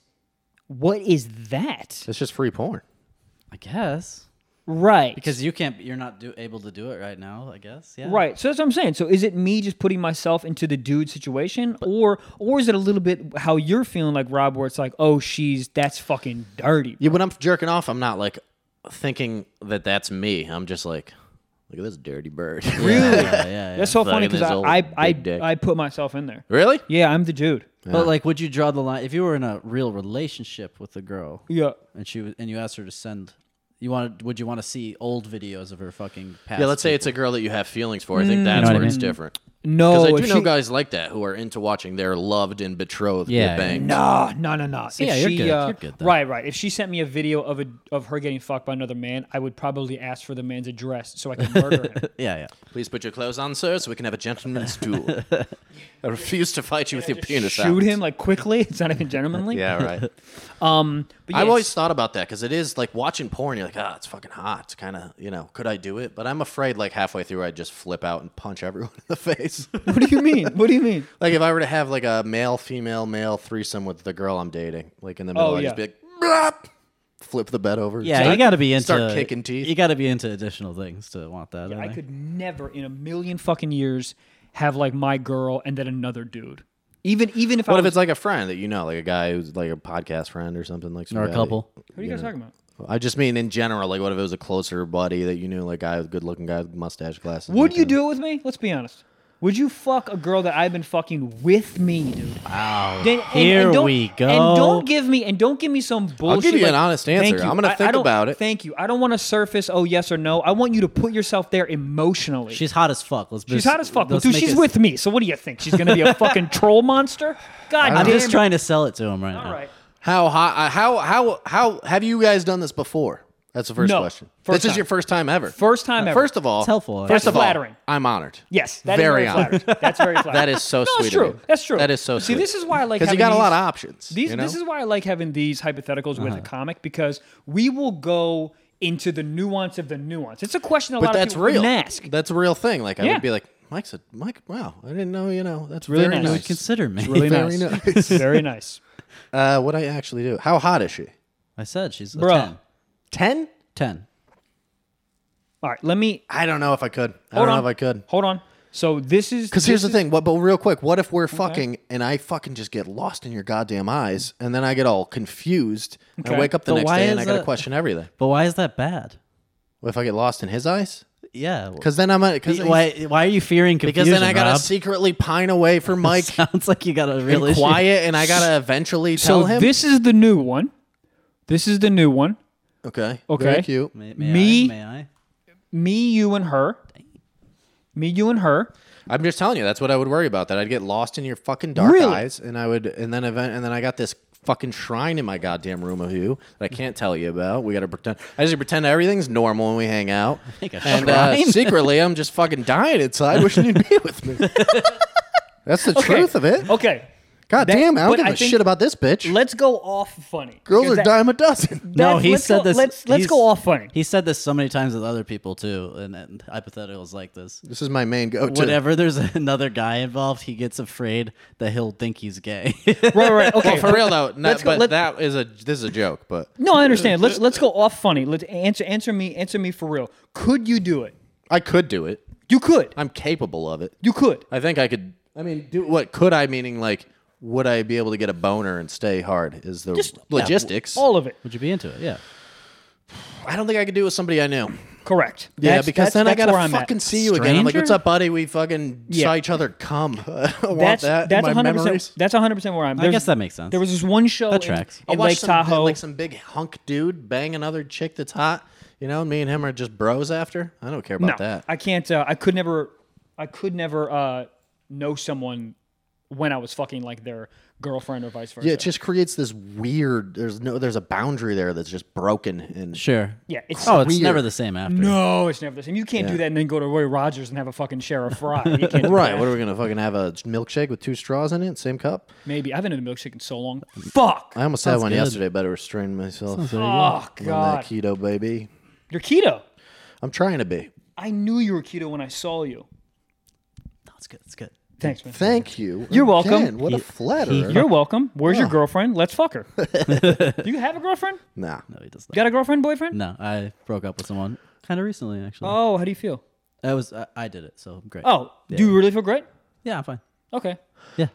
S3: What is that?
S2: it's just free porn.
S1: *laughs* I guess
S3: Right.
S1: because you can't. You're not do, able to do it right now. I guess. Yeah.
S3: Right. So that's what I'm saying. So is it me just putting myself into the dude situation, or or is it a little bit how you're feeling, like Rob, where it's like, oh, she's that's fucking dirty.
S2: Yeah, when I'm jerking off, I'm not like thinking that that's me. I'm just like, look at this dirty bird. *laughs*
S1: Really? Yeah, yeah. yeah.
S3: That's so funny
S2: Fucking
S3: because
S2: his
S3: I
S2: old
S3: I
S2: big dick.
S3: I, I put myself in there.
S2: really?
S3: Yeah, I'm the dude.
S1: But like, would you draw the line if you were in a real relationship with a girl
S3: Yeah.
S1: and she was, and you asked her to send? You wanted? Would you want to see old videos of her fucking past?
S2: Yeah. Let's say it's a girl that you have feelings for. I think that's
S1: what I
S2: where it's
S1: mean?
S2: different.
S3: No,
S2: Because I do
S3: Oh, if
S2: know
S3: she-
S2: guys like that who are into watching their loved and betrothed
S1: Yeah,
S2: get banged.
S3: No, no, no, no. uh,
S1: yeah, you're good. You're good then.
S3: Right, right. If she sent me a video of a of her getting fucked by another man, I would probably ask for the man's address so I
S1: *laughs*
S3: can murder him.
S1: yeah, yeah.
S2: Please put your clothes on, sir, so we can have a gentleman's
S1: *laughs*
S2: duel. I refuse to fight you with your penis out.
S3: Shoot him like quickly. *laughs* It's not even gentlemanly.
S1: *laughs*
S2: Yeah, right.
S3: Um. But yeah,
S2: I've always thought about that because it is like watching porn. You're like, ah, it's fucking hot. It's kind of, you know, could I do it? But I'm afraid, like halfway through, I'd just flip out and punch everyone *laughs* in the face.
S3: *laughs* What do you mean? What do you mean?
S2: like if I were to have like a male, female, male threesome with the girl I'm dating, like in the middle,
S3: Oh,
S2: I'd
S3: yeah.
S2: just be like, "Blop!" flip the bed over.
S1: Yeah,
S2: Just
S1: you got to be into
S2: start kicking teeth.
S1: You got to be into additional things to want that. I
S3: I
S1: think.
S3: could never in a million fucking years have like my girl and then another dude. Even even if I
S2: What if
S3: was,
S2: it's like a friend that you know, like a guy who's like a podcast friend or something like
S1: or a
S2: somebody-
S1: couple.
S3: what are you guys talking about?
S2: I just mean in general, like what if it was a closer buddy that you knew, like guy, good looking guy with mustache glasses.
S3: Would you do it with me? Let's be honest. Would you fuck a girl that I've been fucking with me, dude? Wow.
S1: Here we go.
S3: And don't give me and don't give me some bullshit.
S2: you an
S3: like,
S2: honest
S3: "Thank
S2: answer.
S3: you."
S2: I'm gonna
S3: I- I
S2: think
S3: don't-
S2: about it.
S3: Thank you. I don't want to surface. Oh, yes or no. I want you to put yourself there emotionally.
S1: She's hot as fuck. Let's.
S3: She's
S1: just-
S3: hot as fuck, but
S1: let's
S3: dude.
S1: make
S3: She's
S1: it-
S3: with me. So what do you think? She's gonna
S1: *laughs*
S3: be a fucking troll monster? God
S1: I'm
S3: damn
S1: just
S3: it.
S1: trying to sell it to him right now.
S3: All right.
S2: How hot? Uh, how how how have you guys done this before? That's the first
S3: No.
S2: question.
S3: First
S2: this is
S3: time.
S2: your first time ever. Uh,
S3: First time ever.
S2: First of all,
S1: It's helpful.
S2: First
S3: That's
S2: of all,
S3: flattering.
S2: I'm honored.
S3: Yes. That is
S2: very
S3: very
S2: honored.
S3: flattering.
S1: *laughs*
S3: That's very
S2: *laughs*
S3: flattering.
S2: That is so
S3: *laughs* no,
S2: sweet.
S3: That's
S2: of
S3: true.
S2: you.
S3: That's true.
S2: That is so.
S3: See,
S2: sweet.
S3: this is why I like
S2: because you
S3: having
S2: got a lot
S3: these-
S2: of options.
S3: These,
S2: you know?
S3: This is why I like having these hypotheticals
S1: Uh-huh.
S3: with a comic because we will go into the nuance of the nuance. It's a question a
S2: but
S3: lot
S2: that's
S3: of people
S2: real.
S3: can ask.
S2: That's a real thing. Like I
S3: Yeah.
S2: would be like, Mike's a Mike. Wow, I didn't know. You know, that's
S3: Really
S2: very
S3: nice.
S1: You
S2: nice.
S1: would consider me. *laughs*
S2: *laughs*
S3: Really
S2: Very
S3: nice.
S2: nice.
S3: Very nice.
S2: Uh, what I actually do? How hot is she?
S1: I said she's a
S3: Bruh.
S1: 10.
S2: Ten?
S1: 10.
S3: All right, let me
S2: I don't know if I could. I
S3: hold
S2: don't
S3: on.
S2: know if I could.
S3: Hold on. So this
S2: *laughs*
S3: is
S2: Because here's the thing. What? But real quick, what if we're fucking and I fucking just get lost in your goddamn eyes, and then I get all confused. I
S3: Okay.
S2: wake up the
S1: But
S2: next
S1: why
S2: day and
S1: is
S2: I gotta
S1: that-
S2: question everything.
S1: But why is that bad?
S2: What if I get lost in his eyes?
S1: Yeah.
S2: Because then I'm because
S1: why, why are you fearing confusion?
S2: because then I gotta
S1: Rob?
S2: secretly pine away from
S1: *laughs*
S2: Mike
S1: Sounds like you got a real
S2: and
S1: issue.
S2: quiet, and I gotta eventually
S3: So
S2: tell him.
S3: this is the new one. This is the new one.
S2: okay.
S3: Okay.
S2: Very cute.
S1: May, may
S3: Me-
S1: I? May I?
S3: Me, you, and her. Me, you, and her.
S2: I'm just telling you, that's what I would worry about. That I'd get lost in your fucking dark
S3: Really?
S2: eyes, and I would, and then event, and then I got this fucking shrine in my goddamn room of you that I can't tell you about. We got to pretend. I just pretend everything's normal when we hang out,
S3: *laughs*
S1: think a
S2: and uh,
S1: shrine?
S2: secretly I'm just fucking dying inside, wishing you'd be with
S3: *laughs*
S2: me. that's the truth of it.
S3: Okay.
S2: God
S3: That-
S2: damn, I don't
S3: but
S2: give
S3: I
S2: a
S3: think-
S2: shit about this bitch.
S3: Let's go off funny.
S2: Girls are
S3: Because that-
S2: dime a dozen.
S1: No,
S3: that-
S1: he
S3: let's
S1: said
S3: go-
S1: this.
S3: Let's let's
S1: he's-
S3: go off funny.
S2: *laughs*
S1: He said this so many times with other people too, and, and hypotheticals like this.
S2: This is my main go-to.
S1: Whenever there's *laughs* another guy involved, he gets afraid that he'll think he's gay. *laughs*
S3: Right, right.
S2: Oh,
S3: Okay.
S2: For real though, not,
S3: *laughs* Let's go-
S2: but
S3: let-
S2: that is a this is a joke. But
S3: No, I understand. Let's let's go off funny. Let's answer answer me answer me for real. Could you do it?
S2: I could do it.
S3: You could.
S2: I'm capable of it.
S3: You could.
S2: I think I could. I mean, do what could I? Meaning, like, would I be able to get a boner and stay hard? Is the
S3: Just-
S2: logistics?
S3: All of it.
S1: Would you be into it? Yeah.
S2: I don't think I could do it with somebody I knew.
S3: Correct.
S2: Yeah,
S3: That's-
S2: because
S3: that's-
S2: then
S3: that's
S2: I
S3: where
S2: gotta
S3: I'm at.
S2: fucking see you again. I'm like,
S1: Stranger?
S2: what's up, buddy? We fucking saw
S3: Yeah.
S2: each other come. *laughs* I don't want
S3: That's
S2: that. in
S3: that's
S2: my
S3: 100.
S2: memories.
S3: percent That's 100 percent where I'm. There's-
S1: guess that makes sense.
S3: There was this one show in,
S1: tracks.
S2: I
S3: in
S2: watched
S3: Lake
S2: some,
S3: Tahoe.
S2: like some big hunk dude bang another chick that's hot. You know, and me and him are just bros after. I don't care
S3: no,
S2: about that.
S3: I can't. Uh, I could never. I could never uh, know someone when I was fucking like their girlfriend or vice versa.
S2: yeah, it just creates this weird. There's no. There's a boundary there that's just broken. And
S1: Sure.
S3: Yeah, it's
S1: Oh, it's
S2: weird.
S1: never the same after.
S3: no, it's never the same. You can't do that and then go to Roy Rogers and have a fucking share of fry. You can't
S2: *laughs*
S3: do
S2: right,
S3: that.
S2: what are we gonna fucking have a milkshake with two straws in it, same cup?
S3: Maybe I haven't had a milkshake in so long. Fuck.
S2: I almost had one
S1: good.
S2: yesterday, but I restrained myself. on
S3: Oh
S2: that
S3: god,
S2: keto baby.
S3: you're keto.
S2: I'm trying to be.
S3: I knew you were keto when I saw you.
S1: No, it's good. It's good.
S3: Thanks, man.
S2: Thank you.
S3: *laughs* You're welcome.
S2: Again, what a
S1: He-
S2: flatterer.
S1: he-
S3: You're welcome. Where's
S2: Oh.
S3: your girlfriend? Let's
S2: *laughs*
S3: fuck her. Do you have a girlfriend? *laughs*
S2: nah.
S1: No, he does not.
S3: Got a girlfriend, boyfriend?
S1: No, I broke up with someone kind of recently, actually.
S3: Oh, how do you feel?
S1: I was I, I did it, so great.
S3: Oh, do you really feel great?
S1: yeah, I'm fine.
S3: Okay.
S1: Yeah,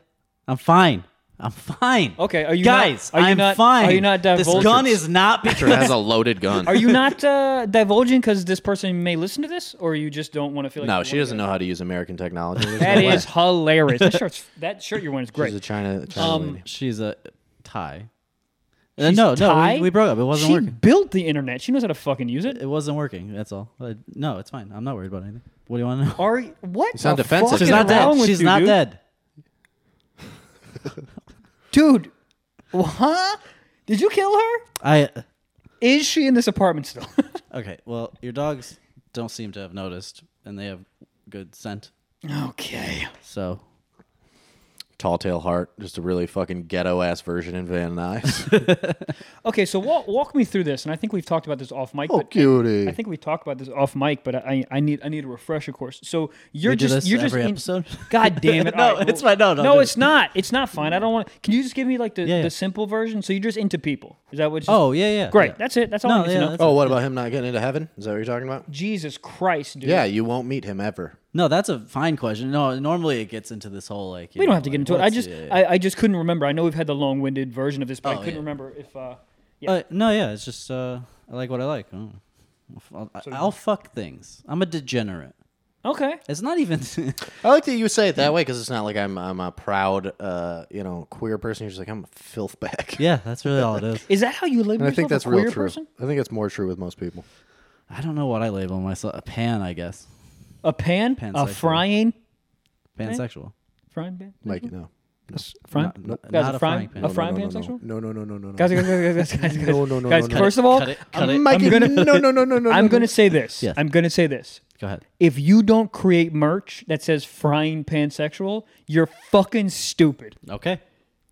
S1: I'm fine. I'm fine.
S3: Okay, are you not-
S1: guys?
S3: are you
S1: I'm
S3: not-
S1: fine.
S3: are you not
S1: This
S3: divulging-
S1: gun is not. Be-
S2: Sure has a loaded gun.
S3: Are you not uh, divulging because this person may listen to this, or you just don't want to feel
S2: *laughs*
S3: like?
S2: no,
S3: you
S2: she
S3: wanna
S2: doesn't
S3: do
S2: know how to use American technology. There's
S3: That
S2: no *laughs* way.
S3: is
S1: *laughs*
S3: hilarious. That shirt, that shirt you're wearing is
S2: She's a
S3: great. Um,
S2: China, China lady.
S1: *laughs* She's a tie. Uh, no, no,
S3: Ty,
S1: we, we broke up. It wasn't
S3: she
S1: working.
S3: built the internet. She knows how to fucking use it.
S1: It wasn't working. That's all. Uh, no, it's fine. I'm not worried about anything. What do you want
S3: *laughs*
S1: to know?
S3: Are you- what?
S2: sound
S3: the
S2: defensive.
S3: fuck
S2: She's
S1: She's
S3: is
S1: not
S3: wrong
S1: dead.
S3: with
S1: She's
S3: you,
S1: not
S3: dude?
S1: dead.
S3: dude. Huh? Did you kill her?
S1: I. uh,
S3: Is she in this apartment still?
S1: Okay. Well, your dogs don't seem to have noticed, and they have good scent.
S3: okay.
S1: So
S2: Tall Tale Heart, just a really fucking ghetto ass version in Van
S3: *laughs*
S2: Nuys.
S3: *laughs* Okay, so walk, walk me through this, and I think we've talked about this off mic. but
S2: Oh, cutie.
S3: I think we talked about this off mic, but I, I need I need a refresher course. So you're
S1: We do
S3: just
S1: this
S3: you're just
S1: every
S3: in-
S1: episode?
S3: *laughs* God damn it!
S1: *laughs* No,
S3: All
S1: it's fine. No, no,
S3: no,
S1: do
S3: it's
S1: it.
S3: not. It's not fine. I don't want. to Can you just give me like the,
S1: Yeah, yeah.
S3: the simple version? So you're just into people. Is that what? Just,
S1: Oh yeah yeah.
S3: great.
S1: yeah.
S3: That's it. That's all.
S1: No,
S3: I need
S1: yeah,
S3: to know.
S1: that's-
S2: Oh, what about him not getting into heaven? Is that what you're talking about?
S3: Jesus Christ, dude.
S2: Yeah, you won't meet him ever.
S1: No, that's a fine question. No, normally it gets into this whole like.
S3: We don't have to get into it. I just I, I just couldn't remember. I know we've had the long-winded version of this, but
S1: Oh,
S3: I couldn't
S1: yeah.
S3: remember if uh, yeah.
S1: Uh, no, yeah, it's just uh, I like what I like. I don't know. I'll, I'll- I'll fuck things. I'm a degenerate.
S3: okay.
S1: It's not even. *laughs*
S2: I like that you say it that way because it's not like I'm I'm a proud uh you know queer person. You're just like I'm a filth
S3: *laughs*
S2: bag.
S1: yeah, that's really all it is.
S3: Is that how you label
S2: and I
S3: yourself?
S2: think that's
S3: a queer
S2: real true.
S3: person?
S2: I think it's more true with most people.
S1: *laughs* I don't know what I label myself. A pan, I guess.
S3: A pan, a
S1: Pansexual.
S3: frying,
S1: Pansexual.
S3: frying pan,
S2: Like no,
S3: frying,
S1: Not- not-
S3: guys,
S1: not
S3: a
S1: a frying
S3: frying,
S1: pan.
S3: a
S1: No, no,
S3: frying
S2: no,
S3: pan
S2: no, no,
S3: sexual.
S2: no, no, no, no, no, no.
S3: Guys, guys, guys, guys, guys, guys,
S2: Mm. No, no, no,
S3: guys.
S2: no, no.
S3: First of all,
S1: Cut it. Cut it.
S2: Mikey,
S3: I'm gonna-
S2: no, no, no, no, no.
S3: I'm
S2: no,
S3: gonna say this.
S1: Yes.
S3: I'm gonna say this.
S1: Go ahead.
S3: If you don't create merch that says frying pan sexual, you're fucking stupid.
S1: Okay,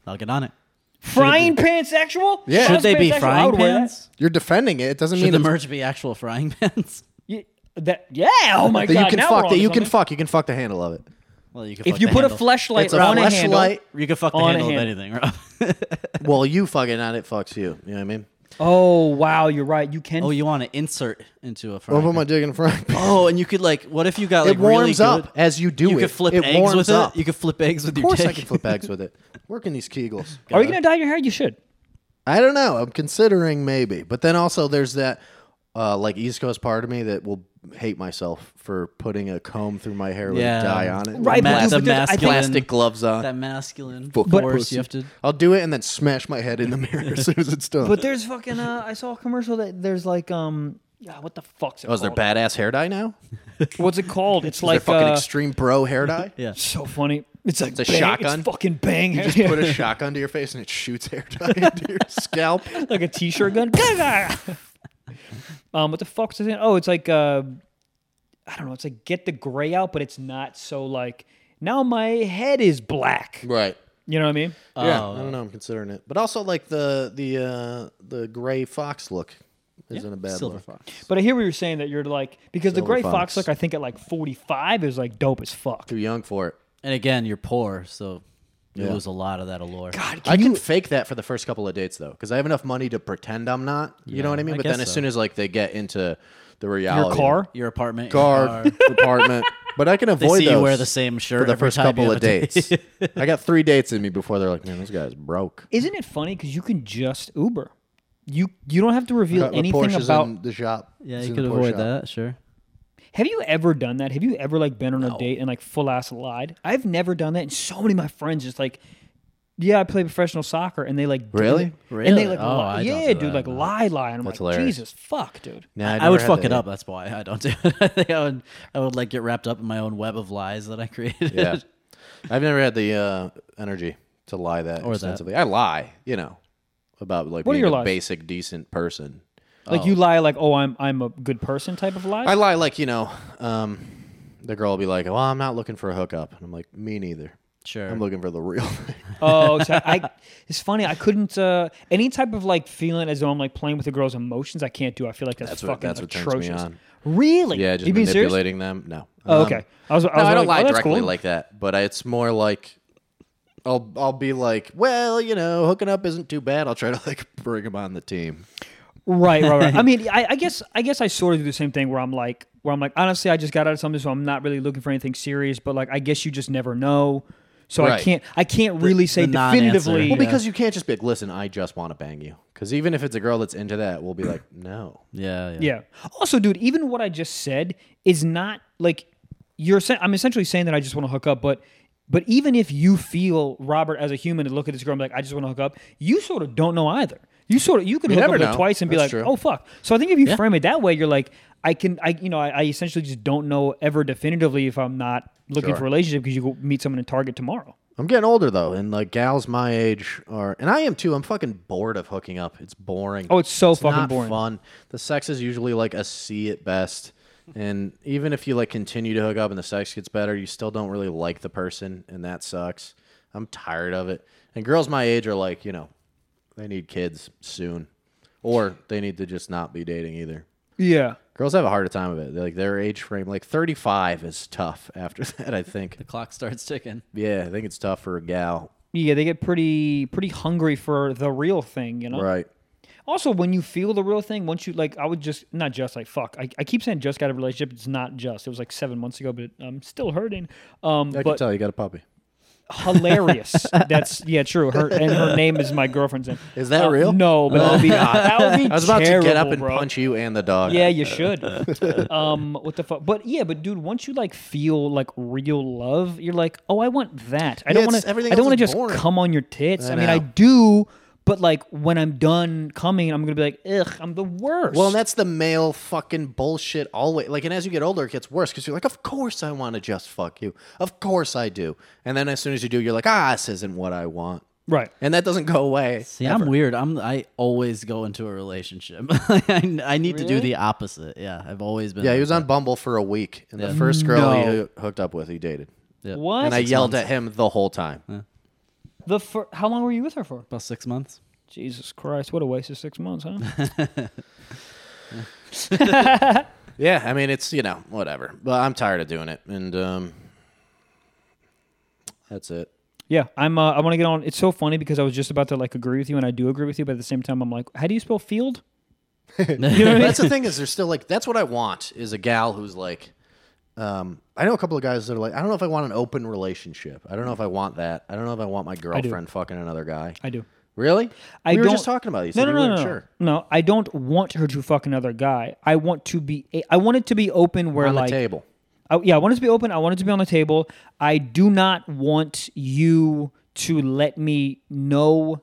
S1: I'll get on it.
S3: Frying pan sexual?
S2: Yeah.
S1: Should they be
S3: Pansexual? I
S1: frying
S3: would wear that.
S1: pans?
S2: You're defending it. It doesn't
S1: Should
S2: mean
S1: the
S2: it's-
S1: merch be actual frying *laughs* pans?
S3: Ye- That yeah. Oh my
S2: that
S3: god.
S2: you can
S3: now we're
S2: fuck.
S3: onto
S2: That you can
S3: something.
S2: fuck. You can fuck the handle of it.
S1: Well, you could.
S3: If
S1: fuck
S3: you
S1: the
S3: put a
S1: handle.
S3: flashlight
S2: It's a
S3: on a handle.
S2: flashlight.
S1: you could fuck the
S3: on a
S1: handle of
S3: handle.
S1: anything, Rob. *laughs*
S2: Well, you fuck it, not it fucks you. You know what I mean?
S3: Oh wow, you're right. You can.
S1: oh, you want to insert into a
S2: I'll
S1: frying?
S2: put
S1: pan.
S2: my dick in *laughs* front.
S1: Oh, and you could like, what if you got like
S2: It warms
S1: really
S2: up
S1: good-
S2: as you do
S1: You
S2: it.
S1: could flip
S2: It
S1: eggs
S2: warms
S1: with
S2: up.
S1: it. You could flip eggs with
S2: Of
S1: your
S2: course,
S1: dick.
S2: I can flip eggs with it. Working these Kegels.
S3: Are you gonna dye your hair? You should.
S2: I don't know. I'm considering maybe, but then also there's that uh, like East Coast part of me that will hate myself for putting a comb through my hair with
S1: Yeah.
S2: a dye on it.
S3: Right,
S1: Ma-
S3: but
S1: the
S3: dude, but I think-
S1: masculine-
S2: plastic gloves on.
S1: that masculine
S2: Fuck
S1: force
S2: pussy.
S1: you have to.
S2: I'll do it and then smash my head in the mirror as soon as it's done.
S3: But there's fucking. Uh, I saw a commercial that there's like um. Yeah, what the fuck's it
S2: oh, is there
S3: called?
S2: badass hair dye now? Is
S3: What's it called? It's
S2: there
S3: like
S2: fucking
S3: uh,
S2: extreme bro hair
S3: *laughs*
S2: dye?
S1: Yeah.
S3: so funny. It's like
S2: a
S3: bang-
S2: shotgun?
S3: It's fucking bang. *laughs*
S2: You just put a shotgun to your face and it shoots hair dye into your scalp.
S3: like a t-shirt gun. *laughs* um, what the fuck's it? Oh, it's like uh, I don't know. It's like get the gray out, but it's not so like now my head is black.
S2: Right.
S3: You know what I mean?
S2: Yeah,
S3: Oh.
S2: I don't know. I'm considering it, but also like the the uh, the gray fox look isn't a bad
S1: Silver
S2: look.
S1: fox.
S3: But I hear what you're saying that you're like because the
S2: Silver
S3: gray fox
S2: fox.
S3: look I think at like 45 is like dope as fuck.
S2: Too young for it.
S1: And again, you're poor, so you
S2: Yeah.
S1: lose a lot of that allure.
S3: God,
S2: I
S3: you-
S2: can fake that for the first couple of dates though, because I have enough money to pretend I'm not. You know what I mean?
S1: I
S2: but
S1: guess
S2: then as
S1: so.
S2: soon as like they get into the reality,
S3: your car.
S1: Your apartment, your
S2: car, *laughs* apartment. But I can
S1: They
S2: avoid
S1: see you wear
S2: those
S1: the same shirt
S2: for the
S1: every
S2: first
S1: time you
S2: couple
S1: have
S2: of
S1: a date.
S2: dates. I got three dates in me before they're like, man, this guy's broke.
S3: Isn't it funny because you can just Uber. You you don't have to reveal
S2: Got my
S3: anything
S2: Porsche's
S3: about.
S2: in the shop.
S1: *laughs* Yeah,
S2: It's
S1: you
S2: in the
S1: could
S2: Porsche
S1: avoid
S2: shop.
S1: that, sure.
S3: Have you ever done that? Have you ever like been on a date and like full ass lied? I've never done that, and so many of my friends just like, yeah, I play professional soccer, and they like do
S2: Really?
S3: it. and
S1: Really?
S3: they like
S1: Oh,
S3: lie.
S1: I don't
S3: yeah,
S1: do
S3: dude,
S1: that,
S3: like
S1: no.
S3: lie, lie, and I'm
S2: That's
S3: like,
S2: hilarious.
S3: Jesus, fuck, dude.
S2: Nah,
S1: I,
S2: never
S1: would
S2: had
S1: fuck
S2: that
S1: it
S2: yet.
S1: up. That's why I don't do it. *laughs* I think I would, I would like get wrapped up in my own web of lies that I created.
S2: *laughs* Yeah, I've never had the uh, energy to lie
S1: Or
S2: that
S1: that.
S2: extensively. I lie, you know, about like
S3: What are
S2: being
S3: your
S2: a
S3: lies?
S2: basic decent person.
S3: Like you lie, like, oh, I'm I'm a good person type of lie.
S2: I lie like you know, um, the girl will be like, "Well, I'm not looking for a hookup," and I'm like, "Me neither.
S1: *laughs* Sure.
S2: I'm looking for the real thing."
S3: oh, so I. It's funny. I couldn't. uh Any type of like feeling as though I'm like playing with a girl's emotions. I can't do. I feel like that's,
S2: That's what-
S3: fucking
S2: that's what turns me
S3: atrocious.
S2: on.
S3: Really?
S2: Yeah, just
S3: you being serious?
S2: manipulating them. No.
S3: Oh,
S2: Um,
S3: okay. I was. I,
S2: no,
S3: was
S2: I don't
S3: like,
S2: lie
S3: oh, that's
S2: directly
S3: cool.
S2: like that, but I, it's more like. I'll I'll be like, well, you know, hooking up isn't too bad. I'll try to like *laughs* bring him on the team.
S3: Right,
S1: *laughs*
S3: right, right. I mean, I, I guess I guess I sort of do the same thing where I'm like, where I'm like, honestly, I just got out of something, so I'm not really looking for anything serious. But like, I guess you just never know, so I
S2: Right.
S3: can't, I can't really say
S1: the non-answer.
S3: definitively.
S2: Well,
S1: Yeah.
S2: because you can't just be like, listen, I just want to bang you. Because even if it's a girl that's into that, we'll be like, no.
S1: yeah, yeah.
S3: yeah. Also, dude, even what I just said is not like you're. sen- I'm essentially saying that I just want to hook up, but but even if you feel Robert as a human and look at this girl and be like, I just want to hook up, you sort of don't know either. You sort of you could hook up
S2: never
S3: with her
S2: know.
S3: twice and be
S2: That's
S3: like,
S2: true.
S3: oh fuck. So I think if you frame it that way, you're like, I can, I you know, I, I essentially just don't know ever definitively if I'm not looking
S2: Sure.
S3: for a relationship because you go meet someone in Target tomorrow.
S2: I'm getting older though, and like gals my age are, and I am too. I'm fucking bored of hooking up. It's boring.
S3: Oh, it's so fucking
S2: not
S3: boring.
S2: Fun. The sex is usually like a C at best, and even if you like continue to hook up and the sex gets better, you still don't really like the person, and that sucks. I'm tired of it. And girls my age are like, you know, they need kids soon, or they need to just not be dating either.
S3: Yeah.
S2: Girls have a harder time of it. They're like their age frame, like 35 is tough after *laughs* that. I think.
S1: The clock starts ticking.
S2: Yeah, I think it's tough for a gal.
S3: Yeah, they get pretty pretty hungry for the real thing, you know.
S2: Right.
S3: Also, when you feel the real thing, once you like, I would just not just like fuck. I, I keep saying just got a relationship. It's not just. It was like seven months ago, but I'm still hurting. Um,
S2: I can
S3: but
S2: tell *laughs* you got a puppy.
S3: hilarious. That's yeah, true. Her and her name is my girlfriend's name. Uh,
S2: Is that real?
S3: No,
S2: *laughs*
S3: but that would be that would be
S2: I was about to get up
S3: terrible,
S2: and
S3: bro.
S2: punch you and the dog. *laughs*
S3: Yeah, you should. um, what the fuck? But yeah, but dude, once you like feel like real love, you're like, oh, I want that. I
S2: Yeah,
S3: don't want
S2: it's-
S3: to.
S2: everything
S3: I don't
S2: else
S3: want to
S2: is
S3: just
S2: boring.
S3: come on your tits. I, mean,
S2: know.
S3: I do, but like when I'm done coming, I'm gonna be like, ugh, I'm the worst.
S2: Well, and that's the male fucking bullshit always. Like, and as you get older, it gets worse because you're like, of course I want to just fuck you. Of course I do. And then as soon as you do, you're like, ah, this isn't what I want.
S3: right.
S2: And that doesn't go away.
S1: See, I'm weird. I'm I always go into a relationship. *laughs* I, I need to do the opposite. Yeah, I've always been.
S2: Yeah, he
S1: like
S2: was on Bumble for a week, and the first girl he hooked up with, he dated.
S1: that. Yeah.
S3: What?
S2: And I yelled at him the whole time.
S3: the fir- how long were you with her for?
S1: About six
S2: *laughs*
S1: months.
S3: Jesus Christ, what a waste of six months, huh?
S2: Yeah, I mean, it's, you know, whatever. But I'm tired of doing it. And um, that's it.
S3: Yeah, I'm. Uh, I want to get on. It's so funny because I was just about to like agree with you, and I do agree with you. But at the same time, I'm like, how do you spell field? you know what I mean?
S2: that's the thing is there's still like that's what I want is a gal who's like um, I know a couple of guys that are like I don't know if I want an open relationship. I don't know if I want that. I don't know if I want my girlfriend fucking another guy.
S3: I do.
S2: Really?
S3: I
S2: we were
S3: don't-
S2: just talking about these.
S3: No,
S2: No,
S3: no,
S2: you
S3: no,
S2: weren't
S3: no, no.
S2: sure.
S3: no. I don't want her to fuck another guy. I want to be. I want it to be open where
S2: On
S3: like.
S2: the table.
S3: I, yeah, I want it to be open. I want it to be on the table. I do not want you to let me know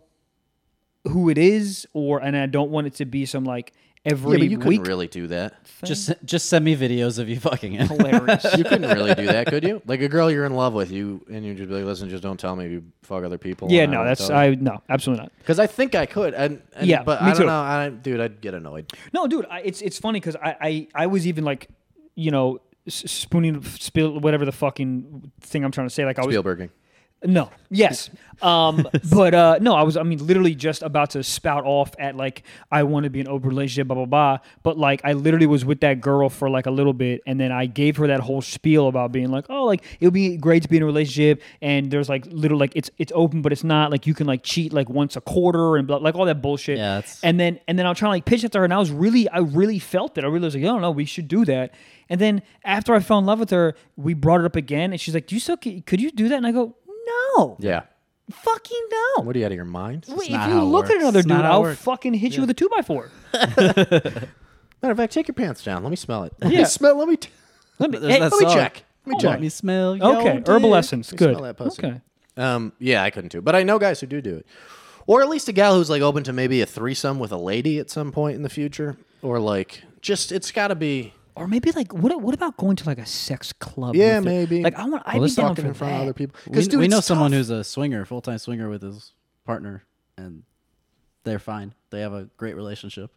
S3: who it is, or and I don't want it to be some like
S2: Yeah,
S3: every
S2: but you couldn't
S3: week.
S2: really do that.
S1: *laughs* Just just send me videos of you fucking
S2: *laughs*
S1: him.
S3: Hilarious.
S2: You couldn't really do that, could you? *laughs* Like a girl you're in love with, you and you just be like, listen, just don't tell me you fuck other people.
S3: yeah, no, that's I no, absolutely not.
S2: because I think I could, and, and
S3: Yeah,
S2: but
S3: me
S2: I don't
S3: too.
S2: know, I, dude, I'd get annoyed.
S3: No, dude, I, it's it's funny because I, I I was even like, you know, s- spooning spill whatever the fucking thing I'm trying to say. Like I was
S2: Spielberging.
S3: no, yes, *laughs* um, but uh, no, I was I mean literally just about to spout off at like I want to be an open relationship, blah blah blah. But like I literally was with that girl for like a little bit, and then I gave her that whole spiel about being like, oh, like it would be great to be in a relationship, and there's like little like it's it's open, but it's not like you can like cheat like once a quarter and blah, like all that bullshit.
S1: Yeah, that's-
S3: And then and then I was trying to like pitch it to her, and I was really I really felt it. I really was like, no, no, we should do that. And then after I fell in love with her, we brought it up again, and she's like, do you still c- could you do that? And I go, no,
S2: Yeah.
S3: fucking no.
S2: What are you out of your mind?
S3: Wait, if
S1: not
S3: you
S1: how it
S3: look at
S1: works.
S3: another
S1: It's
S3: dude,
S1: not how it
S3: I'll
S1: works.
S3: fucking hit you with a two by four.
S2: Matter of fact, take your pants down. Let me smell it. Let
S3: Yeah.
S2: me *laughs* smell. Let me. T-
S3: Let me,
S1: There's
S3: hey,
S1: that
S2: let me
S1: song.
S2: check. Let me
S1: Let me
S2: check.
S1: smell. your
S3: okay, herbal
S1: dick.
S3: essence, good.
S2: smell that pussy.
S3: Okay,
S2: Um, yeah, I couldn't do it, but I know guys who do do it, or at least a gal who's like open to maybe a threesome with a lady at some point in the future, or like just it's got to be.
S3: or maybe like what? What about going to like a sex club?
S2: Yeah,
S3: with it?
S2: maybe.
S3: Like I want.
S2: Well,
S3: I'd be
S2: let's
S3: down
S2: talk
S3: for
S2: in front
S3: that.
S2: of other people.
S1: We,
S2: Because dude,
S1: we know
S2: it's
S1: someone
S2: tough.
S1: who's a swinger, full time swinger with his partner, and they're fine. They have a great relationship.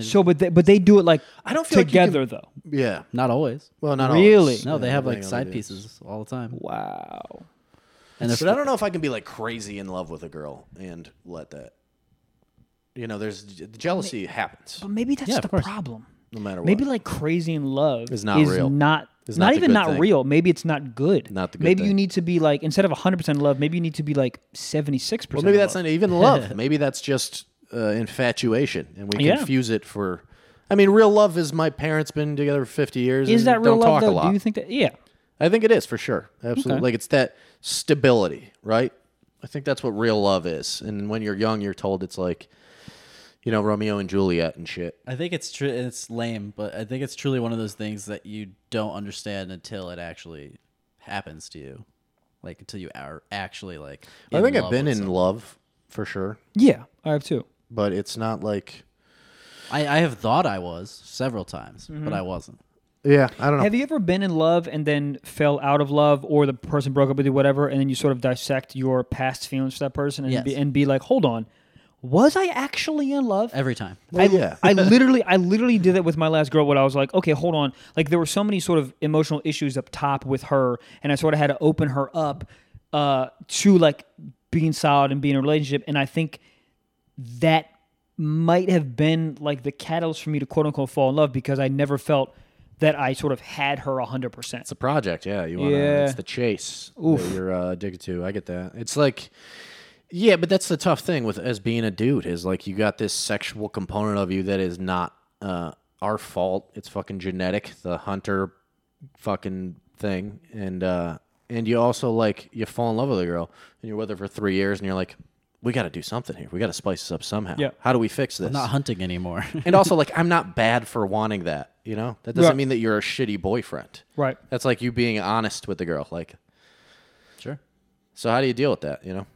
S3: So, but they, but they do it like
S2: I don't feel like you
S3: together though.
S2: Yeah.
S1: Not always.
S2: Well, not
S3: Really?
S2: always.
S1: No, they
S2: Yeah,
S1: have
S2: depending
S1: like
S2: on
S1: side
S2: the dude.
S1: pieces all the time.
S3: Wow.
S1: And
S2: But I
S1: they're
S2: don't know if I can be like crazy in love with a girl and let that. You know, there's jealousy happens
S3: But maybe that's
S1: Yeah, of
S3: the
S1: course.
S3: problem.
S2: no matter what.
S3: Maybe like crazy in love
S2: Is not real.
S3: Not
S2: Is
S3: not,
S2: not the
S3: even
S2: good
S3: not
S2: thing.
S3: real. Maybe it's not good.
S2: Not the good
S3: Maybe you
S2: thing.
S3: need to be like instead of 100% love, maybe you need to be like 76%.
S2: Well, maybe that's not even love. maybe that's just uh, infatuation, and we
S3: Yeah.
S2: confuse it for. I mean, real love is my parents been together for fifty years.
S3: Is
S2: and
S3: that
S2: don't
S3: real love
S2: talk A
S3: though?
S2: lot.
S3: Do you think that yeah.
S2: I think it is for sure. Absolutely,
S3: Okay.
S2: like it's that stability, right? I think that's what real love is. And when you're young, you're told it's like, you know, Romeo and Juliet and shit.
S1: I think it's true. It's lame, but I think it's truly one of those things that you don't understand until it actually happens to you, like until you are actually like.
S2: I
S1: in
S2: think I've
S1: love
S2: been
S1: with
S2: in
S1: someone.
S2: love for sure,
S3: Yeah, I have too.
S2: but it's not like.
S1: I, I have thought I was several times, but
S2: Mm-hmm.
S1: I wasn't.
S2: Yeah, I don't know.
S3: Have you ever been in love and then fell out of love, or the person broke up with you, whatever, and then you sort of dissect your past feelings for that person and,
S1: Yes.
S3: be, and be like, hold on, was I actually in love?
S1: Every time.
S2: Well,
S3: I,
S2: yeah. *laughs*
S3: I literally, I literally did that with my last girl. When I was like, okay, hold on. Like there were so many sort of emotional issues up top with her, and I sort of had to open her up uh, to like being solid and being in a relationship. And I think that might have been like the catalyst for me to quote unquote fall in love because I never felt that I sort of had her hundred percent.
S2: It's a project, yeah. You want to.
S3: Yeah.
S2: It's the chase that you're uh, addicted to. I get that. It's like Yeah, but that's the tough thing with as being a dude is like you got this sexual component of you that is not uh, our fault. It's fucking genetic, the hunter fucking thing, and uh, and you also like you fall in love with a girl and you're with her for three years and you're like, we got to do something here. We got to spice this up somehow.
S3: Yeah.
S2: How do we fix this?
S1: I'm not hunting anymore. *laughs*
S2: and also like I'm not bad for wanting that. You know, that doesn't
S3: Right.
S2: mean that you're a shitty boyfriend.
S3: Right.
S2: That's like you being honest with the girl. Like,
S1: sure.
S2: so how do you deal with that? You know.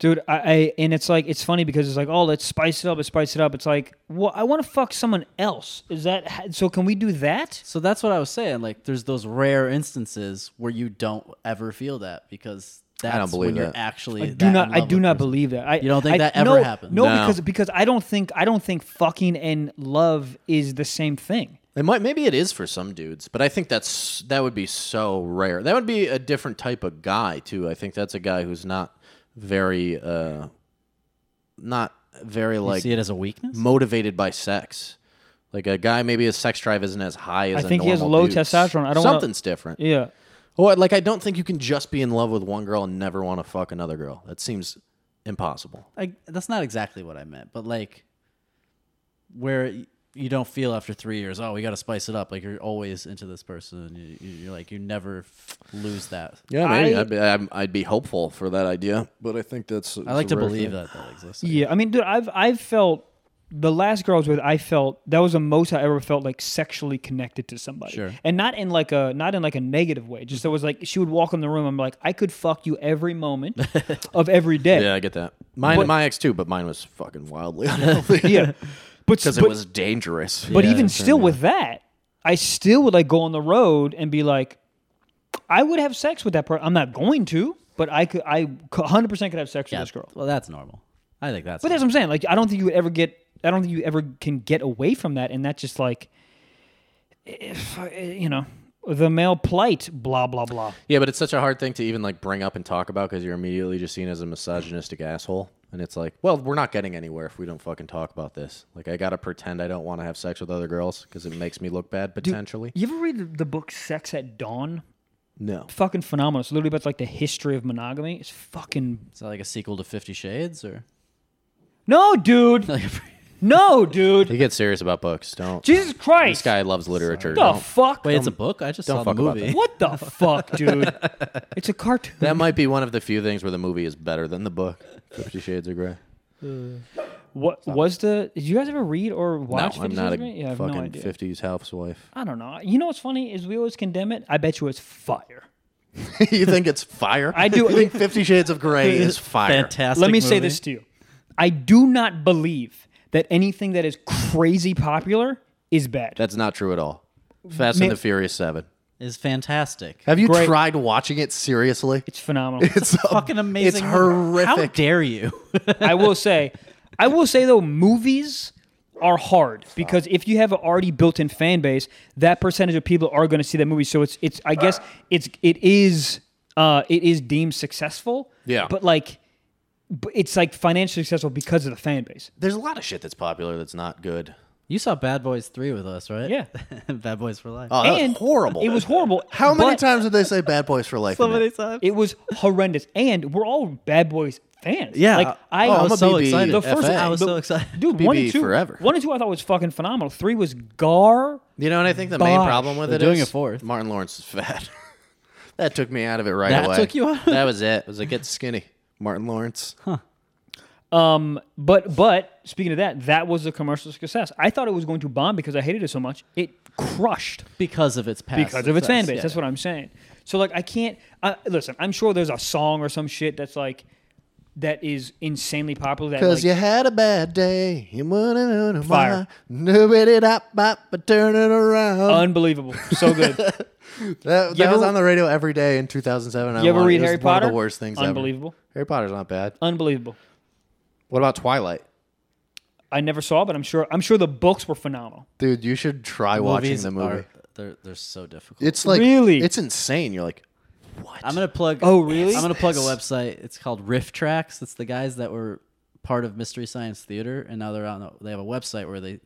S3: Dude, I, I and it's like it's funny because it's like, oh, let's spice it up, let's spice it up. It's like, well, I want to fuck someone else. Is that so? Can we do that?
S1: So that's what I was saying. Like, there's those rare instances where you don't ever feel that because that's
S2: don't believe
S1: when you're
S2: that.
S1: actually.
S3: I
S1: that
S3: do not.
S1: in
S3: I
S1: love
S3: do
S1: with
S3: not
S1: person.
S3: believe that. I,
S1: You don't think
S3: I-
S1: that ever
S3: no,
S1: happened?
S3: No,
S2: No.
S3: because because I don't think I don't think fucking and love is the same thing.
S2: It might, maybe it is for some dudes, but I think that's that would be so rare. That would be a different type of guy too. I think that's a guy who's not very, uh, not very like
S1: See it as a weakness.
S2: motivated by sex. Like a guy, maybe his sex drive isn't as high as
S3: I
S2: a
S3: think he has
S2: normal
S3: low
S2: dude's.
S3: testosterone. I don't wanna-
S2: Something's different.
S3: Yeah.
S2: Or like I don't think you can just be in love with one girl and never want to fuck another girl. That seems impossible.
S1: I, that's not exactly what I meant, but like where y- you don't feel after three years, oh, we got to spice it up. Like you're always into this person. You, you, you're like you never f- lose that.
S2: Yeah, maybe
S3: I-
S2: I, would be, I'm, I'd be hopeful for that idea, but I think that's
S1: I like to believe that that exists.
S3: Yeah. I mean, dude, I've I've felt the last girl I was with, I felt that was the most I ever felt like sexually connected to somebody.
S1: Sure.
S3: And not in like a not in like a negative way. Just it was like she would walk in the room. I'm like, I could fuck you every moment of every day.
S2: Yeah, I get that. Mine,
S3: But-
S2: my ex too, but mine was fucking wildly *laughs* unhealthy
S3: Yeah. But
S2: because
S3: but,
S2: it was dangerous.
S3: But
S1: Yeah,
S3: even
S1: it's
S3: still, with that, I still would like go on the road and be like, I would have sex with that person. I'm not going to, but I could. I 100 percent could have sex with this girl.
S1: Well, that's normal. I think that's.
S3: But that's what I'm saying. Like, I don't think you would ever get. I don't think you ever can get away from that. And that's just like, if I- you know, the male plight. Blah blah blah.
S2: *laughs* yeah, but it's such a hard thing to even like bring up and talk about because you're immediately just seen as a misogynistic asshole, and it's like, well, we're not getting anywhere if we don't fucking talk about this. Like, I gotta pretend I don't want to have sex with other girls because it makes me look bad potentially.
S3: You ever read the- the book Sex at Dawn?
S2: no,
S3: Fucking phenomenal. It's literally about like the history of monogamy. It's fucking
S1: Is that like a sequel to Fifty Shades or? *laughs*
S3: no, dude.
S1: Like a-
S3: No,
S1: *laughs*
S3: dude.
S2: you get serious about books, don't.
S3: Jesus
S2: This
S3: Christ.
S2: guy loves literature.
S3: the
S2: don't.
S3: fuck?
S1: Wait, it's a book. I just saw the
S2: don't fuck about
S1: movie.
S3: What *laughs* the fuck, dude? It's a cartoon.
S2: that might be one of the few things where the movie is better than the book. Fifty Shades of Grey.
S3: what was the? Did you guys ever read or watch?
S2: no, I'm
S3: 50
S2: not a
S3: Shades of Grey? yeah, I have no
S2: fucking
S3: idea.
S2: fifties housewife.
S3: I don't know. You know what's funny is we always condemn it. I bet you it's fire.
S2: *laughs* you think it's fire? *laughs*
S3: I do.
S2: You think Fifty Shades of
S1: *laughs*
S2: Grey is fire?
S1: Fantastic.
S3: Let me say
S1: movie.
S3: this to you. I do not believe that anything that is crazy popular is bad.
S2: That's not true at all. Fast
S3: Man-
S2: and the Furious Seven.
S1: Is fantastic.
S2: Have you
S3: Great.
S2: tried watching it seriously?
S3: it's phenomenal.
S2: *laughs* It's a-
S1: Fucking amazing.
S2: It's
S1: movie. How
S2: horrific.
S1: dare you? *laughs*
S3: *laughs* I will say, I will say though, movies are hard because if you have an already built-in fan base, that percentage of people are going to see that movie. So it's it's I guess it's it is uh it is deemed successful.
S2: Yeah.
S3: But like, but it's like financially successful because of the fan base.
S2: There's a lot of shit that's popular that's not good.
S1: You saw Bad Boys Three with us, right?
S3: Yeah.
S1: *laughs* Bad Boys for Life.
S2: Oh, that
S3: and
S2: was horrible.
S3: It was horrible.
S2: How many
S3: but
S2: times did they say "Bad Boys for Life"? in
S1: Somebody
S2: it?
S1: said.
S3: It was horrendous, and we're all Bad Boys fans.
S1: Yeah.
S3: Like I,
S2: Oh,
S1: I
S2: I'm a
S1: was so
S2: BB
S1: excited.
S2: The first- FA.
S1: I was
S3: the-
S1: so excited.
S3: dude, one and
S2: BB
S3: two
S2: forever.
S3: One and two, I thought was fucking phenomenal. Three was gar.
S2: You know, and I think the main
S3: Bosh.
S2: problem with
S1: They're
S2: it
S1: doing
S2: is
S1: a fourth.
S2: Martin Lawrence is fat. *laughs* that took me out of it right
S1: That
S2: away.
S1: took you out of it?
S2: That was it. It was like get skinny, Martin Lawrence.
S3: Um, but but speaking of that, that was a commercial success. I thought it was going to bomb because I hated it so much. It crushed
S1: *laughs* because of its past.
S3: because of its fan
S1: success.
S3: base.
S1: Yeah.
S3: That's what I'm saying. So like, I can't uh, listen. I'm sure there's a song or some shit that's like that is insanely popular. That
S2: Cause
S3: like,
S2: you had a bad day. You wanna know why.
S3: Fire.
S2: Nobody it up, up, but turn it around.
S3: unbelievable, so
S2: *laughs*
S3: good.
S2: that that
S3: you
S2: was
S3: ever-
S2: on the radio every day in 2007. I
S3: You ever
S2: wanted-
S3: read
S2: it was
S3: Harry
S2: one of
S3: Potter?
S2: the worst things ever.
S3: unbelievable,
S2: Harry Potter's not bad.
S3: unbelievable.
S2: What about Twilight?
S3: I never saw, but I'm sure I'm sure the books were phenomenal.
S2: Dude, you should try watching
S1: Movies
S2: the movie.
S1: Are, they're they're so difficult.
S2: It's like
S3: Really?
S2: it's insane. You're like, what?
S1: I'm gonna plug.
S3: Oh, really?
S1: I'm gonna plug a website. It's called Riff Tracks. It's the guys that were part of Mystery Science Theater, and now they're on. A, they have a website where they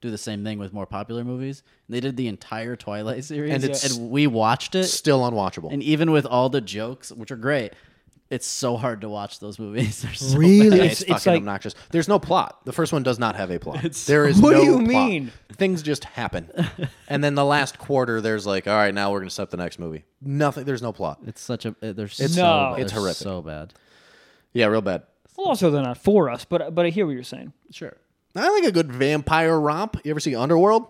S1: do the same thing with more popular movies. They did the entire Twilight series,
S2: And it's-
S1: we watched it.
S2: Still unwatchable.
S1: And even with all the jokes, which are great, it's so hard to watch those movies. *laughs* They're so
S3: Really?
S1: bad.
S2: Yeah,
S3: It's-
S2: it's,
S3: it's
S2: fucking
S3: like-
S2: obnoxious. There's no plot. The first one does not have a plot.
S1: It's-
S2: there is
S3: *laughs* What do
S2: no
S3: you
S2: plot.
S3: mean?
S2: Things just
S3: *laughs*
S2: happen. and then the last quarter, there's like, all right, now we're gonna start the next movie. Nothing. There's no plot.
S1: It's such a it- they're so
S3: No.
S1: bad.
S2: It's
S1: They're
S2: horrific.
S1: So bad.
S2: Yeah, real bad.
S3: Well, also they're not for us, but but I hear what you're saying.
S1: Sure.
S2: I like a good vampire romp. You ever see Underworld?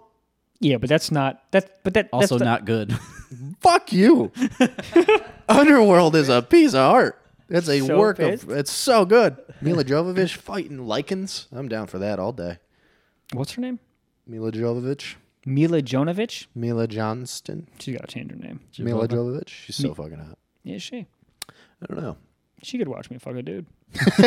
S3: Yeah, but that's not that. But that
S1: Also
S3: that's the-
S1: not good.
S2: Fuck you. Underworld is a piece of art. It's a
S3: So
S2: work
S3: pissed.
S2: of. It's so good. Mila Jovovich fighting lichens. I'm down for that all day.
S3: what's her name?
S2: Mila Jovovich.
S3: Mila Jonovich.
S2: Mila Johnston.
S3: She's got to change her name.
S2: Mila Jovovich. She's so fucking hot.
S3: Yeah, she.
S2: I don't know.
S3: She could watch me fuck a dude.
S2: *laughs*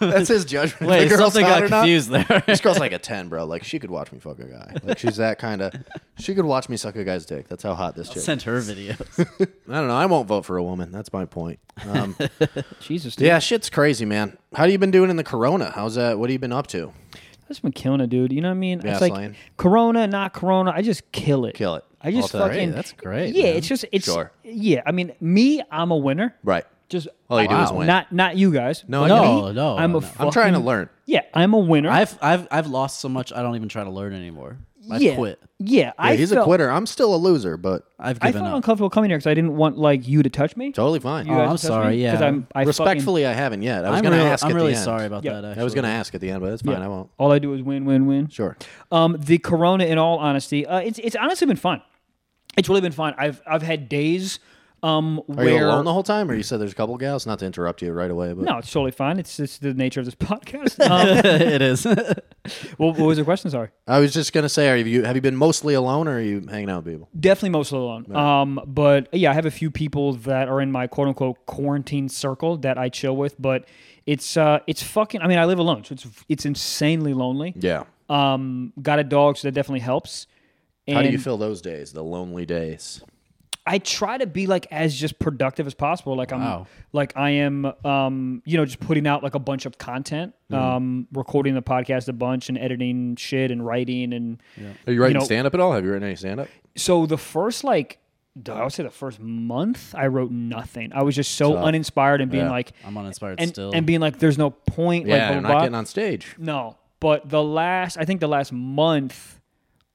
S2: That's his
S1: *laughs*
S2: judgment.
S1: Wait,
S2: the girl's
S1: something
S2: hot
S1: got
S2: or not.
S1: confused there.
S2: *laughs*
S1: *laughs*
S2: This girl's like a ten, bro. Like she could watch me fuck a guy. Like she's that kind of. She could watch me suck a guy's dick. That's how hot this chick. is.
S1: Sent her videos.
S2: I don't know. I won't vote for a woman. That's my point. Um, *laughs*
S3: Jesus, dude.
S2: yeah, shit's crazy, man. How you been doing in the corona? How's that? What have you been up to?
S3: I've just been killing it, dude. You know what I mean?
S2: Yeah,
S3: it's like
S2: Slane.
S3: Corona, not Corona. I just kill it.
S2: Kill it.
S3: I just
S2: All day.
S3: fucking.
S1: That's great.
S3: yeah,
S1: man.
S3: it's just it's.
S2: Sure.
S3: Yeah, I mean, me, I'm a winner.
S2: Right.
S3: Just
S2: All you do is
S3: Wow.
S2: win.
S3: Not not you guys.
S2: No,
S3: but
S2: I
S1: get
S3: me,
S1: it. No, no,
S3: I'm a.
S1: no.
S2: I'm trying to
S3: fucking-
S2: learn.
S3: Yeah, I'm a winner.
S1: I've I've I've lost so much. I don't even try to learn anymore. I
S3: yeah,
S1: quit.
S3: Yeah,
S2: Yeah,
S3: I
S2: he's
S3: felt,
S2: a quitter. I'm still a loser, but
S1: I've
S3: I
S1: given
S3: felt
S1: up.
S3: uncomfortable coming here because I didn't want like you to touch me.
S2: totally fine.
S3: You
S1: Oh,
S3: guys
S1: I'm
S3: to touch
S1: sorry,
S3: me, 'cause
S1: yeah.
S3: I'm, I fucking-
S2: Respectfully, I haven't yet. I was
S1: I'm
S2: gonna
S1: really,
S2: ask.
S1: I'm
S2: at the
S1: really
S2: end.
S1: sorry about
S3: Yeah.
S1: that. Actually.
S2: I was gonna ask at the end, but it's fine. I won't.
S3: All I do is win, win, win.
S2: Sure.
S3: Um, the Corona, in all honesty, uh, it's it's honestly been fun. It's really been fun. I've I've had days um
S2: Are
S3: where
S2: you alone the whole time, or you said there's a couple gals? Not to interrupt you right away, but
S3: no, it's totally fine. It's just the nature of this *laughs*
S2: *laughs*
S3: podcast. Um,
S1: *laughs* it is.
S3: what, what was the question? Sorry.
S2: I was just gonna say, are you have you been mostly alone, or are you hanging out with people?
S3: Definitely mostly alone. Um, but yeah, I have a few people that are in my quote unquote quarantine circle that I chill with. But it's uh, it's fucking. I mean, I live alone, so it's it's insanely lonely.
S2: Yeah.
S3: Um, got a dog, so that definitely helps. And
S2: How do you feel those days, the lonely days?
S3: I try to be like as just productive as possible. Like I'm
S1: Wow.
S3: like I am um, you know, just putting out like a bunch of content,
S2: Mm-hmm.
S3: um, recording the podcast a bunch and editing shit and writing and
S2: Are you writing
S3: know-
S2: stand up at all? Have you written any stand up?
S3: so the first like I would say the first month I wrote nothing. I was just so uninspired and being
S2: Yeah.
S3: like
S1: I'm uninspired
S3: and,
S1: still.
S3: and being like there's no point like
S2: Yeah,
S3: blah,
S2: you're
S3: blah,
S2: not
S3: blah.
S2: getting on stage.
S3: No, but the last, I think the last month,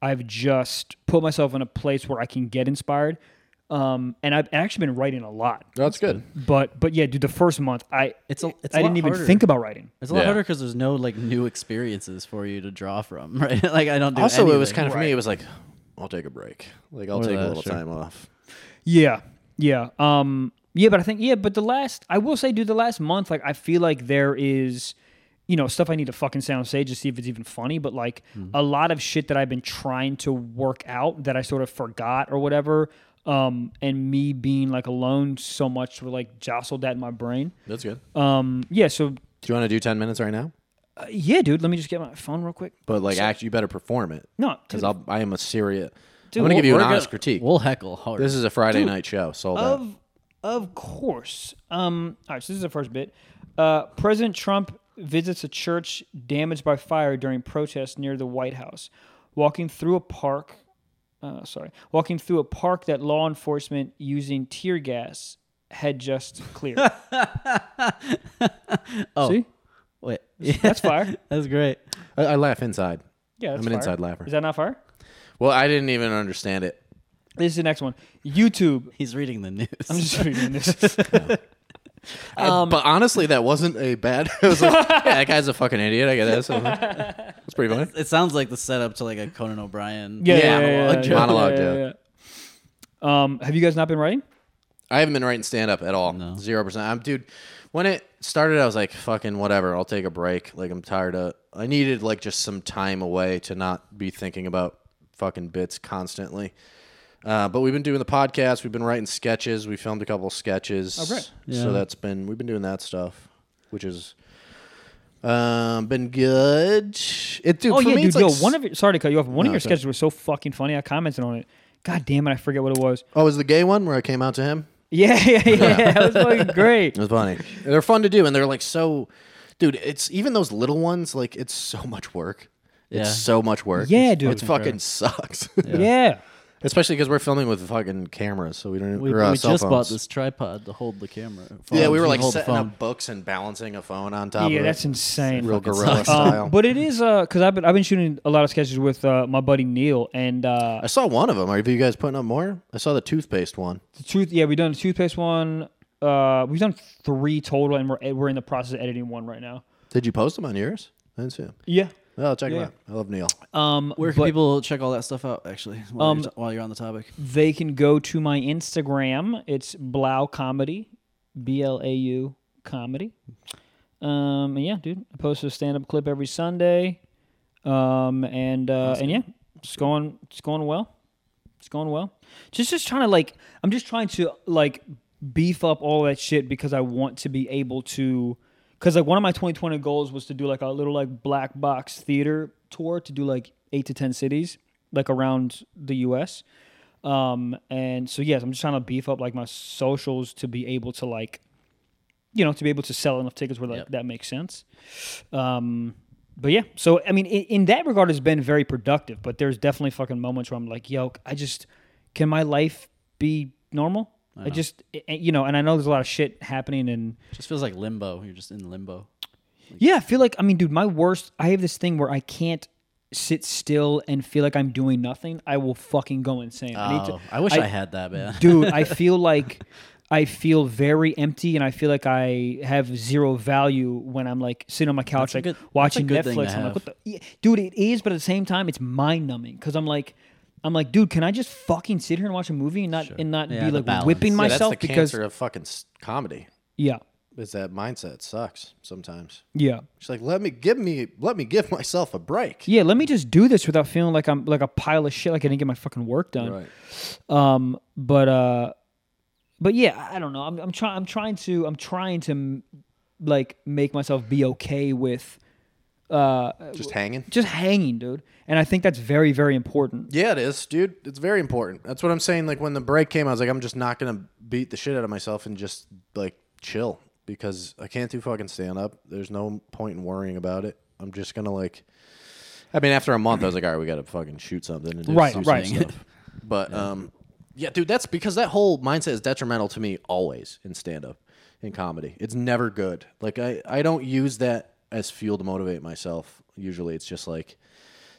S3: I've just put myself in a place where I can get inspired. Um, and I've actually been writing a lot,
S2: That's good.
S3: but but yeah, dude, the first month I
S1: It's a- it's a
S3: I
S1: lot
S3: didn't even
S1: harder.
S3: think about writing.
S1: it's a lot
S2: Yeah.
S1: harder because there's no like new experiences for you to draw from, *laughs* right? like I don't do
S2: Also, it was
S1: anything.
S2: kind of for
S3: Right.
S2: me. It was like, I'll take a break. Like I'll
S1: Or
S2: take a
S1: that,
S2: little
S1: sure.
S2: time off.
S3: Yeah, yeah, um, yeah, but I think yeah, but the last I will say, dude, the last month, like I feel like there is. You know, stuff I need to fucking say on stage to see if it's even funny, but like
S1: Hmm.
S3: a lot of shit that I've been trying to work out that I sort of forgot or whatever. Um, and me being like alone so much were like jostled that in my brain.
S2: That's good.
S1: Uh,
S3: Um, yeah, so
S2: do you want to do ten minutes right now?
S3: uh, yeah, dude, let me just get my phone real quick.
S2: But like, act, you better perform it.
S3: No,
S2: because
S3: dude,
S2: I'll. I am a serious.
S3: Dude,
S2: I'm gonna
S1: We'll-
S2: give you an
S1: we're gonna-
S2: honest critique.
S1: We'll heckle hard.
S2: This is a Friday night show. Sold out.
S3: Of of course. Um, all right, so this is the first bit. Uh, President Trump visits a church damaged by fire during protests near the White House. Walking through a park, uh, sorry, walking through a park that law enforcement using tear gas had just cleared. oh. See,
S1: Wait, yeah, *laughs*
S3: that's fire.
S1: that's great.
S2: I, I laugh inside.
S3: Yeah, that's
S2: I'm an
S3: fire.
S2: inside laugher.
S3: Is that not fire?
S2: Well, I didn't even understand it.
S3: This is the next one. YouTube.
S1: He's reading the news. *laughs*
S3: I'm just
S2: *laughs*
S3: reading this.
S2: I-
S3: Um,
S2: but honestly, that wasn't a bad. *laughs* It was like, yeah, that guy's a fucking idiot. I get
S3: *laughs*
S2: that. So, that's pretty funny.
S1: it sounds like the setup to like a Conan O'Brien.
S3: Yeah,
S2: Yeah,
S3: yeah, yeah, yeah,
S2: monologue
S3: yeah,
S2: monologue
S3: yeah, yeah, yeah. Um, have you guys not been writing?
S2: I haven't been writing stand up at all. Zero percent. I'm dude. When it started, I was like, fucking whatever. I'll take a break. Like I'm tired of. I needed like just some time away to not be thinking about fucking bits constantly. Uh, but we've been doing the podcast. We've been writing sketches. We filmed a couple sketches.
S3: Oh, great.
S1: Yeah.
S2: So that's been we've been doing that stuff, which is um been good. It dude.
S3: Oh
S2: for
S3: yeah,
S2: me,
S3: dude.
S2: it's like
S3: yo,
S2: s-
S3: one of your, sorry to cut you off. One
S2: No,
S3: of your
S2: it's all right.
S3: sketches was so fucking funny. I commented on it. God damn it, I forget what it was. *laughs*
S2: oh is the gay one where I came out to him.
S3: Yeah, yeah,
S2: *laughs*
S3: yeah. that was fucking great.
S2: It was funny. they're fun to do, and they're like so, dude. It's even those little ones. Like it's so much work.
S1: Yeah.
S2: It's so much work.
S3: Yeah,
S2: It's-
S3: dude.
S2: It fucking sucks. *laughs*
S3: Yeah.
S2: Especially because we're filming with fucking cameras, so we don't.
S1: We,
S2: or, uh,
S1: we
S2: cell
S1: just bought
S2: phones.
S1: this tripod to hold the camera.
S2: Yeah, we
S1: Phone,
S2: were like
S1: hold the
S2: setting
S1: phone.
S2: up books and balancing a phone on top.
S3: yeah,
S2: of
S3: that's
S2: it.
S3: insane.
S2: real
S1: fucking
S2: gorilla
S1: sucks.
S3: Um,
S2: style.
S3: but it is because I've been I've been shooting a lot of sketches with uh, my buddy Neil and uh,
S2: I saw one of them. Are you guys putting up more? I saw the toothpaste one.
S3: the truth. Yeah, we've done the toothpaste one. Uh, we've done three total, and we're we're in the process of editing one right now.
S2: Did you post them on yours? I didn't see them.
S3: Yeah.
S2: Well, check
S3: Yeah.
S2: them out. I love Neil.
S3: Um,
S1: Where can
S3: but
S1: people check all that stuff out? Actually, while,
S3: Um,
S1: you're, while you're on the topic,
S3: they can go to my Instagram. It's Blau Comedy, B L A U Comedy. Um, and yeah, dude, I post a stand up clip every Sunday. Um, and uh, and yeah, it's going it's going well. It's going well. Just just trying to like I'm just trying to like beef up all that shit because I want to be able to cuz like one of my 2020 goals was to do like a little like black box theater tour to do like 8 to 10 cities like around the US. Um and so yes, I'm just trying to beef up like my socials to be able to like you know, to be able to sell enough tickets where like,
S1: Yep.
S3: that makes sense. Um but yeah, so I mean, in, in that regard, it's been very productive. But there's definitely fucking moments where I'm like, yo, I just can my life be normal? I, just I- I- you know, and I know there's a lot of shit happening, and
S1: just feels like limbo. You're just in limbo.
S3: yeah, I feel like I mean, dude, my worst. I have this thing where I can't sit still and feel like I'm doing nothing. I will fucking go insane. I need to.
S1: Oh, I wish
S3: I-
S1: I, had that, man.
S3: dude i feel like i feel very empty and i feel like i have zero value when i'm like sitting on my couch
S1: a
S3: like
S1: good- that's a
S3: watching
S1: good thing to
S3: netflix i'm like
S1: have.
S3: what the yeah, dude it is but at the same time it's mind numbing because i'm like i'm like dude can i just fucking sit here and watch a movie and not and not
S1: Yeah,
S3: be
S1: the
S3: like
S1: balance.
S3: whipping
S1: Yeah,
S2: Yeah, that's
S3: myself
S2: the
S3: because
S2: cancer of fucking s- comedy.
S3: yeah
S2: Is that mindset It sucks sometimes?
S3: yeah
S2: She's like, let me give me, let me give myself a break.
S3: yeah let me just do this without feeling like i'm like a pile of shit like i didn't get my fucking work done
S2: Right.
S3: um but uh but yeah i I don't know i'm, I'm trying i'm trying to i'm trying to m- like make myself be okay with uh
S2: Just hanging.
S3: just hanging dude and i think that's very very important
S2: Yeah, it is, dude. It's very important. That's what I'm saying. Like when the break came, I was like, I'm just not gonna beat the shit out of myself and just like chill because I can't do fucking stand up. There's no point in worrying about it. I'm just gonna like. I mean, after a month, I was like, all right, we gotta fucking shoot something and do,
S3: Right,
S2: do
S3: right.
S2: some
S3: *laughs*
S2: stuff. But um, yeah, dude, that's because that whole mindset is detrimental to me always in stand up, in comedy. It's never good. Like I, I don't use that as fuel to motivate myself. Usually, it's just like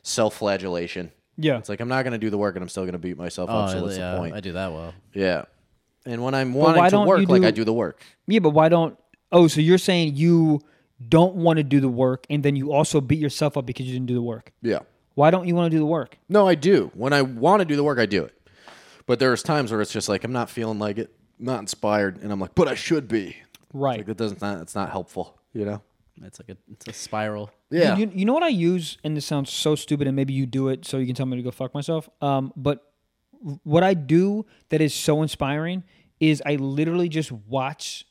S2: self-flagellation.
S3: Yeah.
S2: it's like I'm not gonna do the work and I'm still gonna beat myself up. So
S1: Oh,
S2: what's
S1: yeah,
S2: the point?
S1: I do that well.
S2: Yeah, and when I'm
S3: why
S2: wanting to
S3: don't you
S2: work, like
S3: do-
S2: I do the work.
S3: yeah but why don't oh so you're saying you don't want to do the work and then you also beat yourself up because you didn't do the work
S2: Yeah.
S3: why don't you want to do the work
S2: No, I do. When I want to do the work, I do it. But there's times where it's just like I'm not feeling like it, not inspired, and I'm like, but I should be.
S3: Right.
S2: Like that doesn't. It's not helpful. You know.
S1: It's like a it's a spiral.
S2: Yeah.
S3: You, you know what I use, and this sounds so stupid, and maybe you do it so you can tell me to go fuck myself. Um, but what I do that is so inspiring is I literally just watch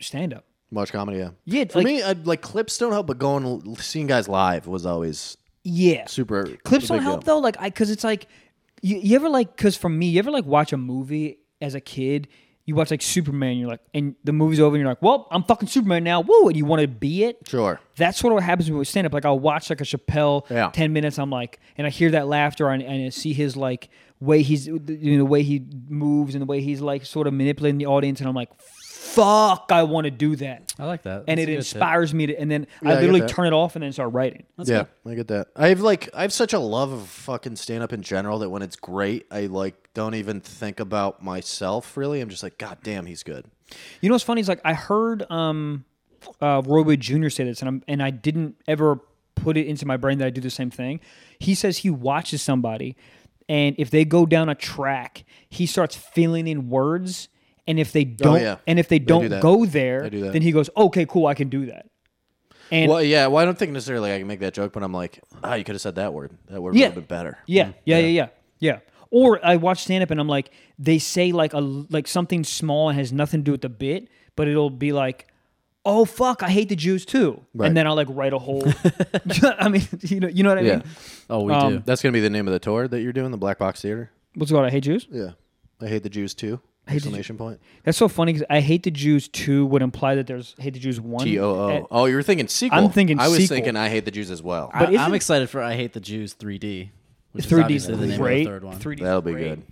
S3: stand up.
S2: Watch comedy, yeah.
S3: Yeah, it's
S2: for
S3: like-
S2: me, I, like clips don't help, but going l- seeing guys live was always
S3: Yeah.
S2: super.
S3: Clips
S2: a big
S3: don't help
S2: deal.
S3: though, like I because it's like you, you ever like because for me, you ever like watch a movie as a kid. You watch like Superman, you're like, and the movie's over, and you're like, well, I'm fucking Superman now. Woo! And you want to be it.
S2: Sure,
S3: That's sort of what happens when we stand up. Like I'll watch like a Chappelle
S2: Yeah.
S3: ten minutes. I'm like, and I hear that laughter and, and I see his like way he's you know the way he moves and the way he's like sort of manipulating the audience, and I'm like, fuck, I want to do that.
S2: Uh,
S1: I like that.
S3: And
S1: That's
S3: it
S1: a good tip.
S3: inspires me to, and then
S2: I
S3: I
S2: get
S3: literally
S2: that.
S3: turn it off and then start writing.
S2: yeah, I get that. I've like I have such a love of fucking stand up in general that when it's great, I like don't even think about myself really. I'm just like, God damn, he's good.
S3: You know what's funny is like I heard um, uh, Roy Wood Jr. say this, and I'm and I didn't ever put it into my brain that I do the same thing. He says he watches somebody, and if they go down a track, he starts filling in words, and if they don't,
S2: Oh, yeah.
S3: and if they
S2: do
S3: don't
S2: that.
S3: go there,
S2: They do that.
S3: then he goes, okay, cool, I can do that. And
S2: Well, yeah. Well, I don't think necessarily I can make that joke, but I'm like, ah, you could have said that word. That word
S3: Yeah.
S2: would have been better.
S1: Mm,
S3: Yeah, yeah, yeah, yeah, yeah. Or I watch stand up and I'm like, they say like a like something small and has nothing to do with the bit, but it'll be like, oh fuck, I hate the Jews too,
S2: Right.
S3: and then I'll like write a whole. *laughs* I mean, you know, you know what I mean?
S1: Oh, we do.
S2: That's gonna be the name of the tour that you're doing, the Black Box Theater.
S3: What's it called? I hate Jews.
S2: Yeah, I hate the Jews too. Exclamation point.
S3: That's so funny because I hate the Jews two would imply that there's hate the Jews one.
S2: T O
S3: And-
S2: O. Oh, you were thinking sequel.
S3: I'm thinking
S2: I was
S3: sequel.
S2: thinking I hate the Jews as well.
S1: I,
S3: isn't-
S1: I'm excited for I Hate the Jews 3D, Which is
S3: 3D is
S1: obviously the name of the
S3: great.
S1: third one.
S3: 3D is
S2: That'll be
S3: great.
S2: good.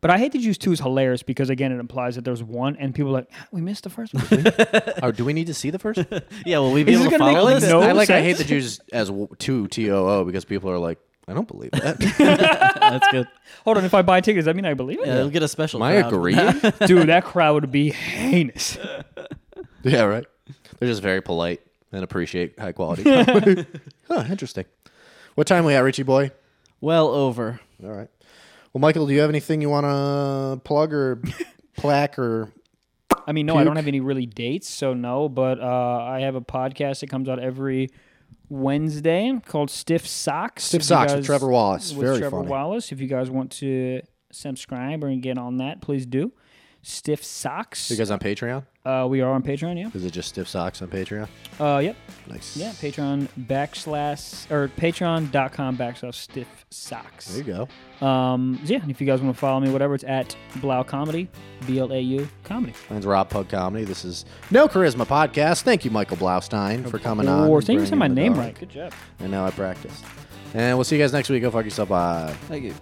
S3: But I hate to use two is hilarious because again it implies that there's one and people are like "Ah, we missed the first one.
S1: *laughs*
S2: Or Oh, do we need to see the first? one?
S1: Yeah, will we be
S3: Is
S1: able
S3: this
S1: to
S3: gonna make
S1: follow
S3: like
S1: this?
S3: no-
S2: I like. I hate
S3: sense.
S2: the Jews as w- two T O O because people are like, I don't believe that.
S1: *laughs* That's good.
S3: Hold on, if I buy tickets, does that mean I believe it?
S1: Yeah, they'll get a special.
S2: *laughs* Am I
S1: crowd.
S3: *laughs*
S2: agreeing?
S3: Dude, that crowd would be heinous.
S2: yeah, right. They're just very polite and appreciate high quality.
S3: *laughs*
S2: comedy. huh, interesting. What time we at, Richie boy?
S1: Well over.
S2: All right. Well, Michael, do you have anything you want to plug
S3: *laughs*
S2: or plaque or?
S3: I mean, no, I don't have any really dates, so no. But uh, I have a podcast that comes out every Wednesday called Stiff Socks.
S2: Stiff
S3: If you
S2: Socks with Trevor Wallace.
S3: With
S2: Very
S3: Trevor
S2: funny.
S3: Wallace. If you guys want to subscribe or get on that, please do. Stiff Socks.
S2: You guys on Patreon?
S3: uh, we are on Patreon. Yeah.
S2: Is it just stiff socks on Patreon?
S3: Uh, yep.
S2: Nice.
S3: Yeah. Patreon backslash or Patreon.com backslash Stiff Socks.
S2: There you go.
S3: Um, yeah. And if you guys want to follow me, whatever, it's at Blau Comedy, B L A U Comedy.
S2: Mine's Rob Pug Comedy. This is No Charisma Podcast. Thank you, Michael Blaustein, for coming on.
S3: Or
S2: and
S3: thank you for saying my
S2: bringing the
S3: name
S2: dog.
S3: right. Good job.
S2: And now I practiced. And we'll see you guys next week. Go fuck yourself. Bye.
S1: Thank you.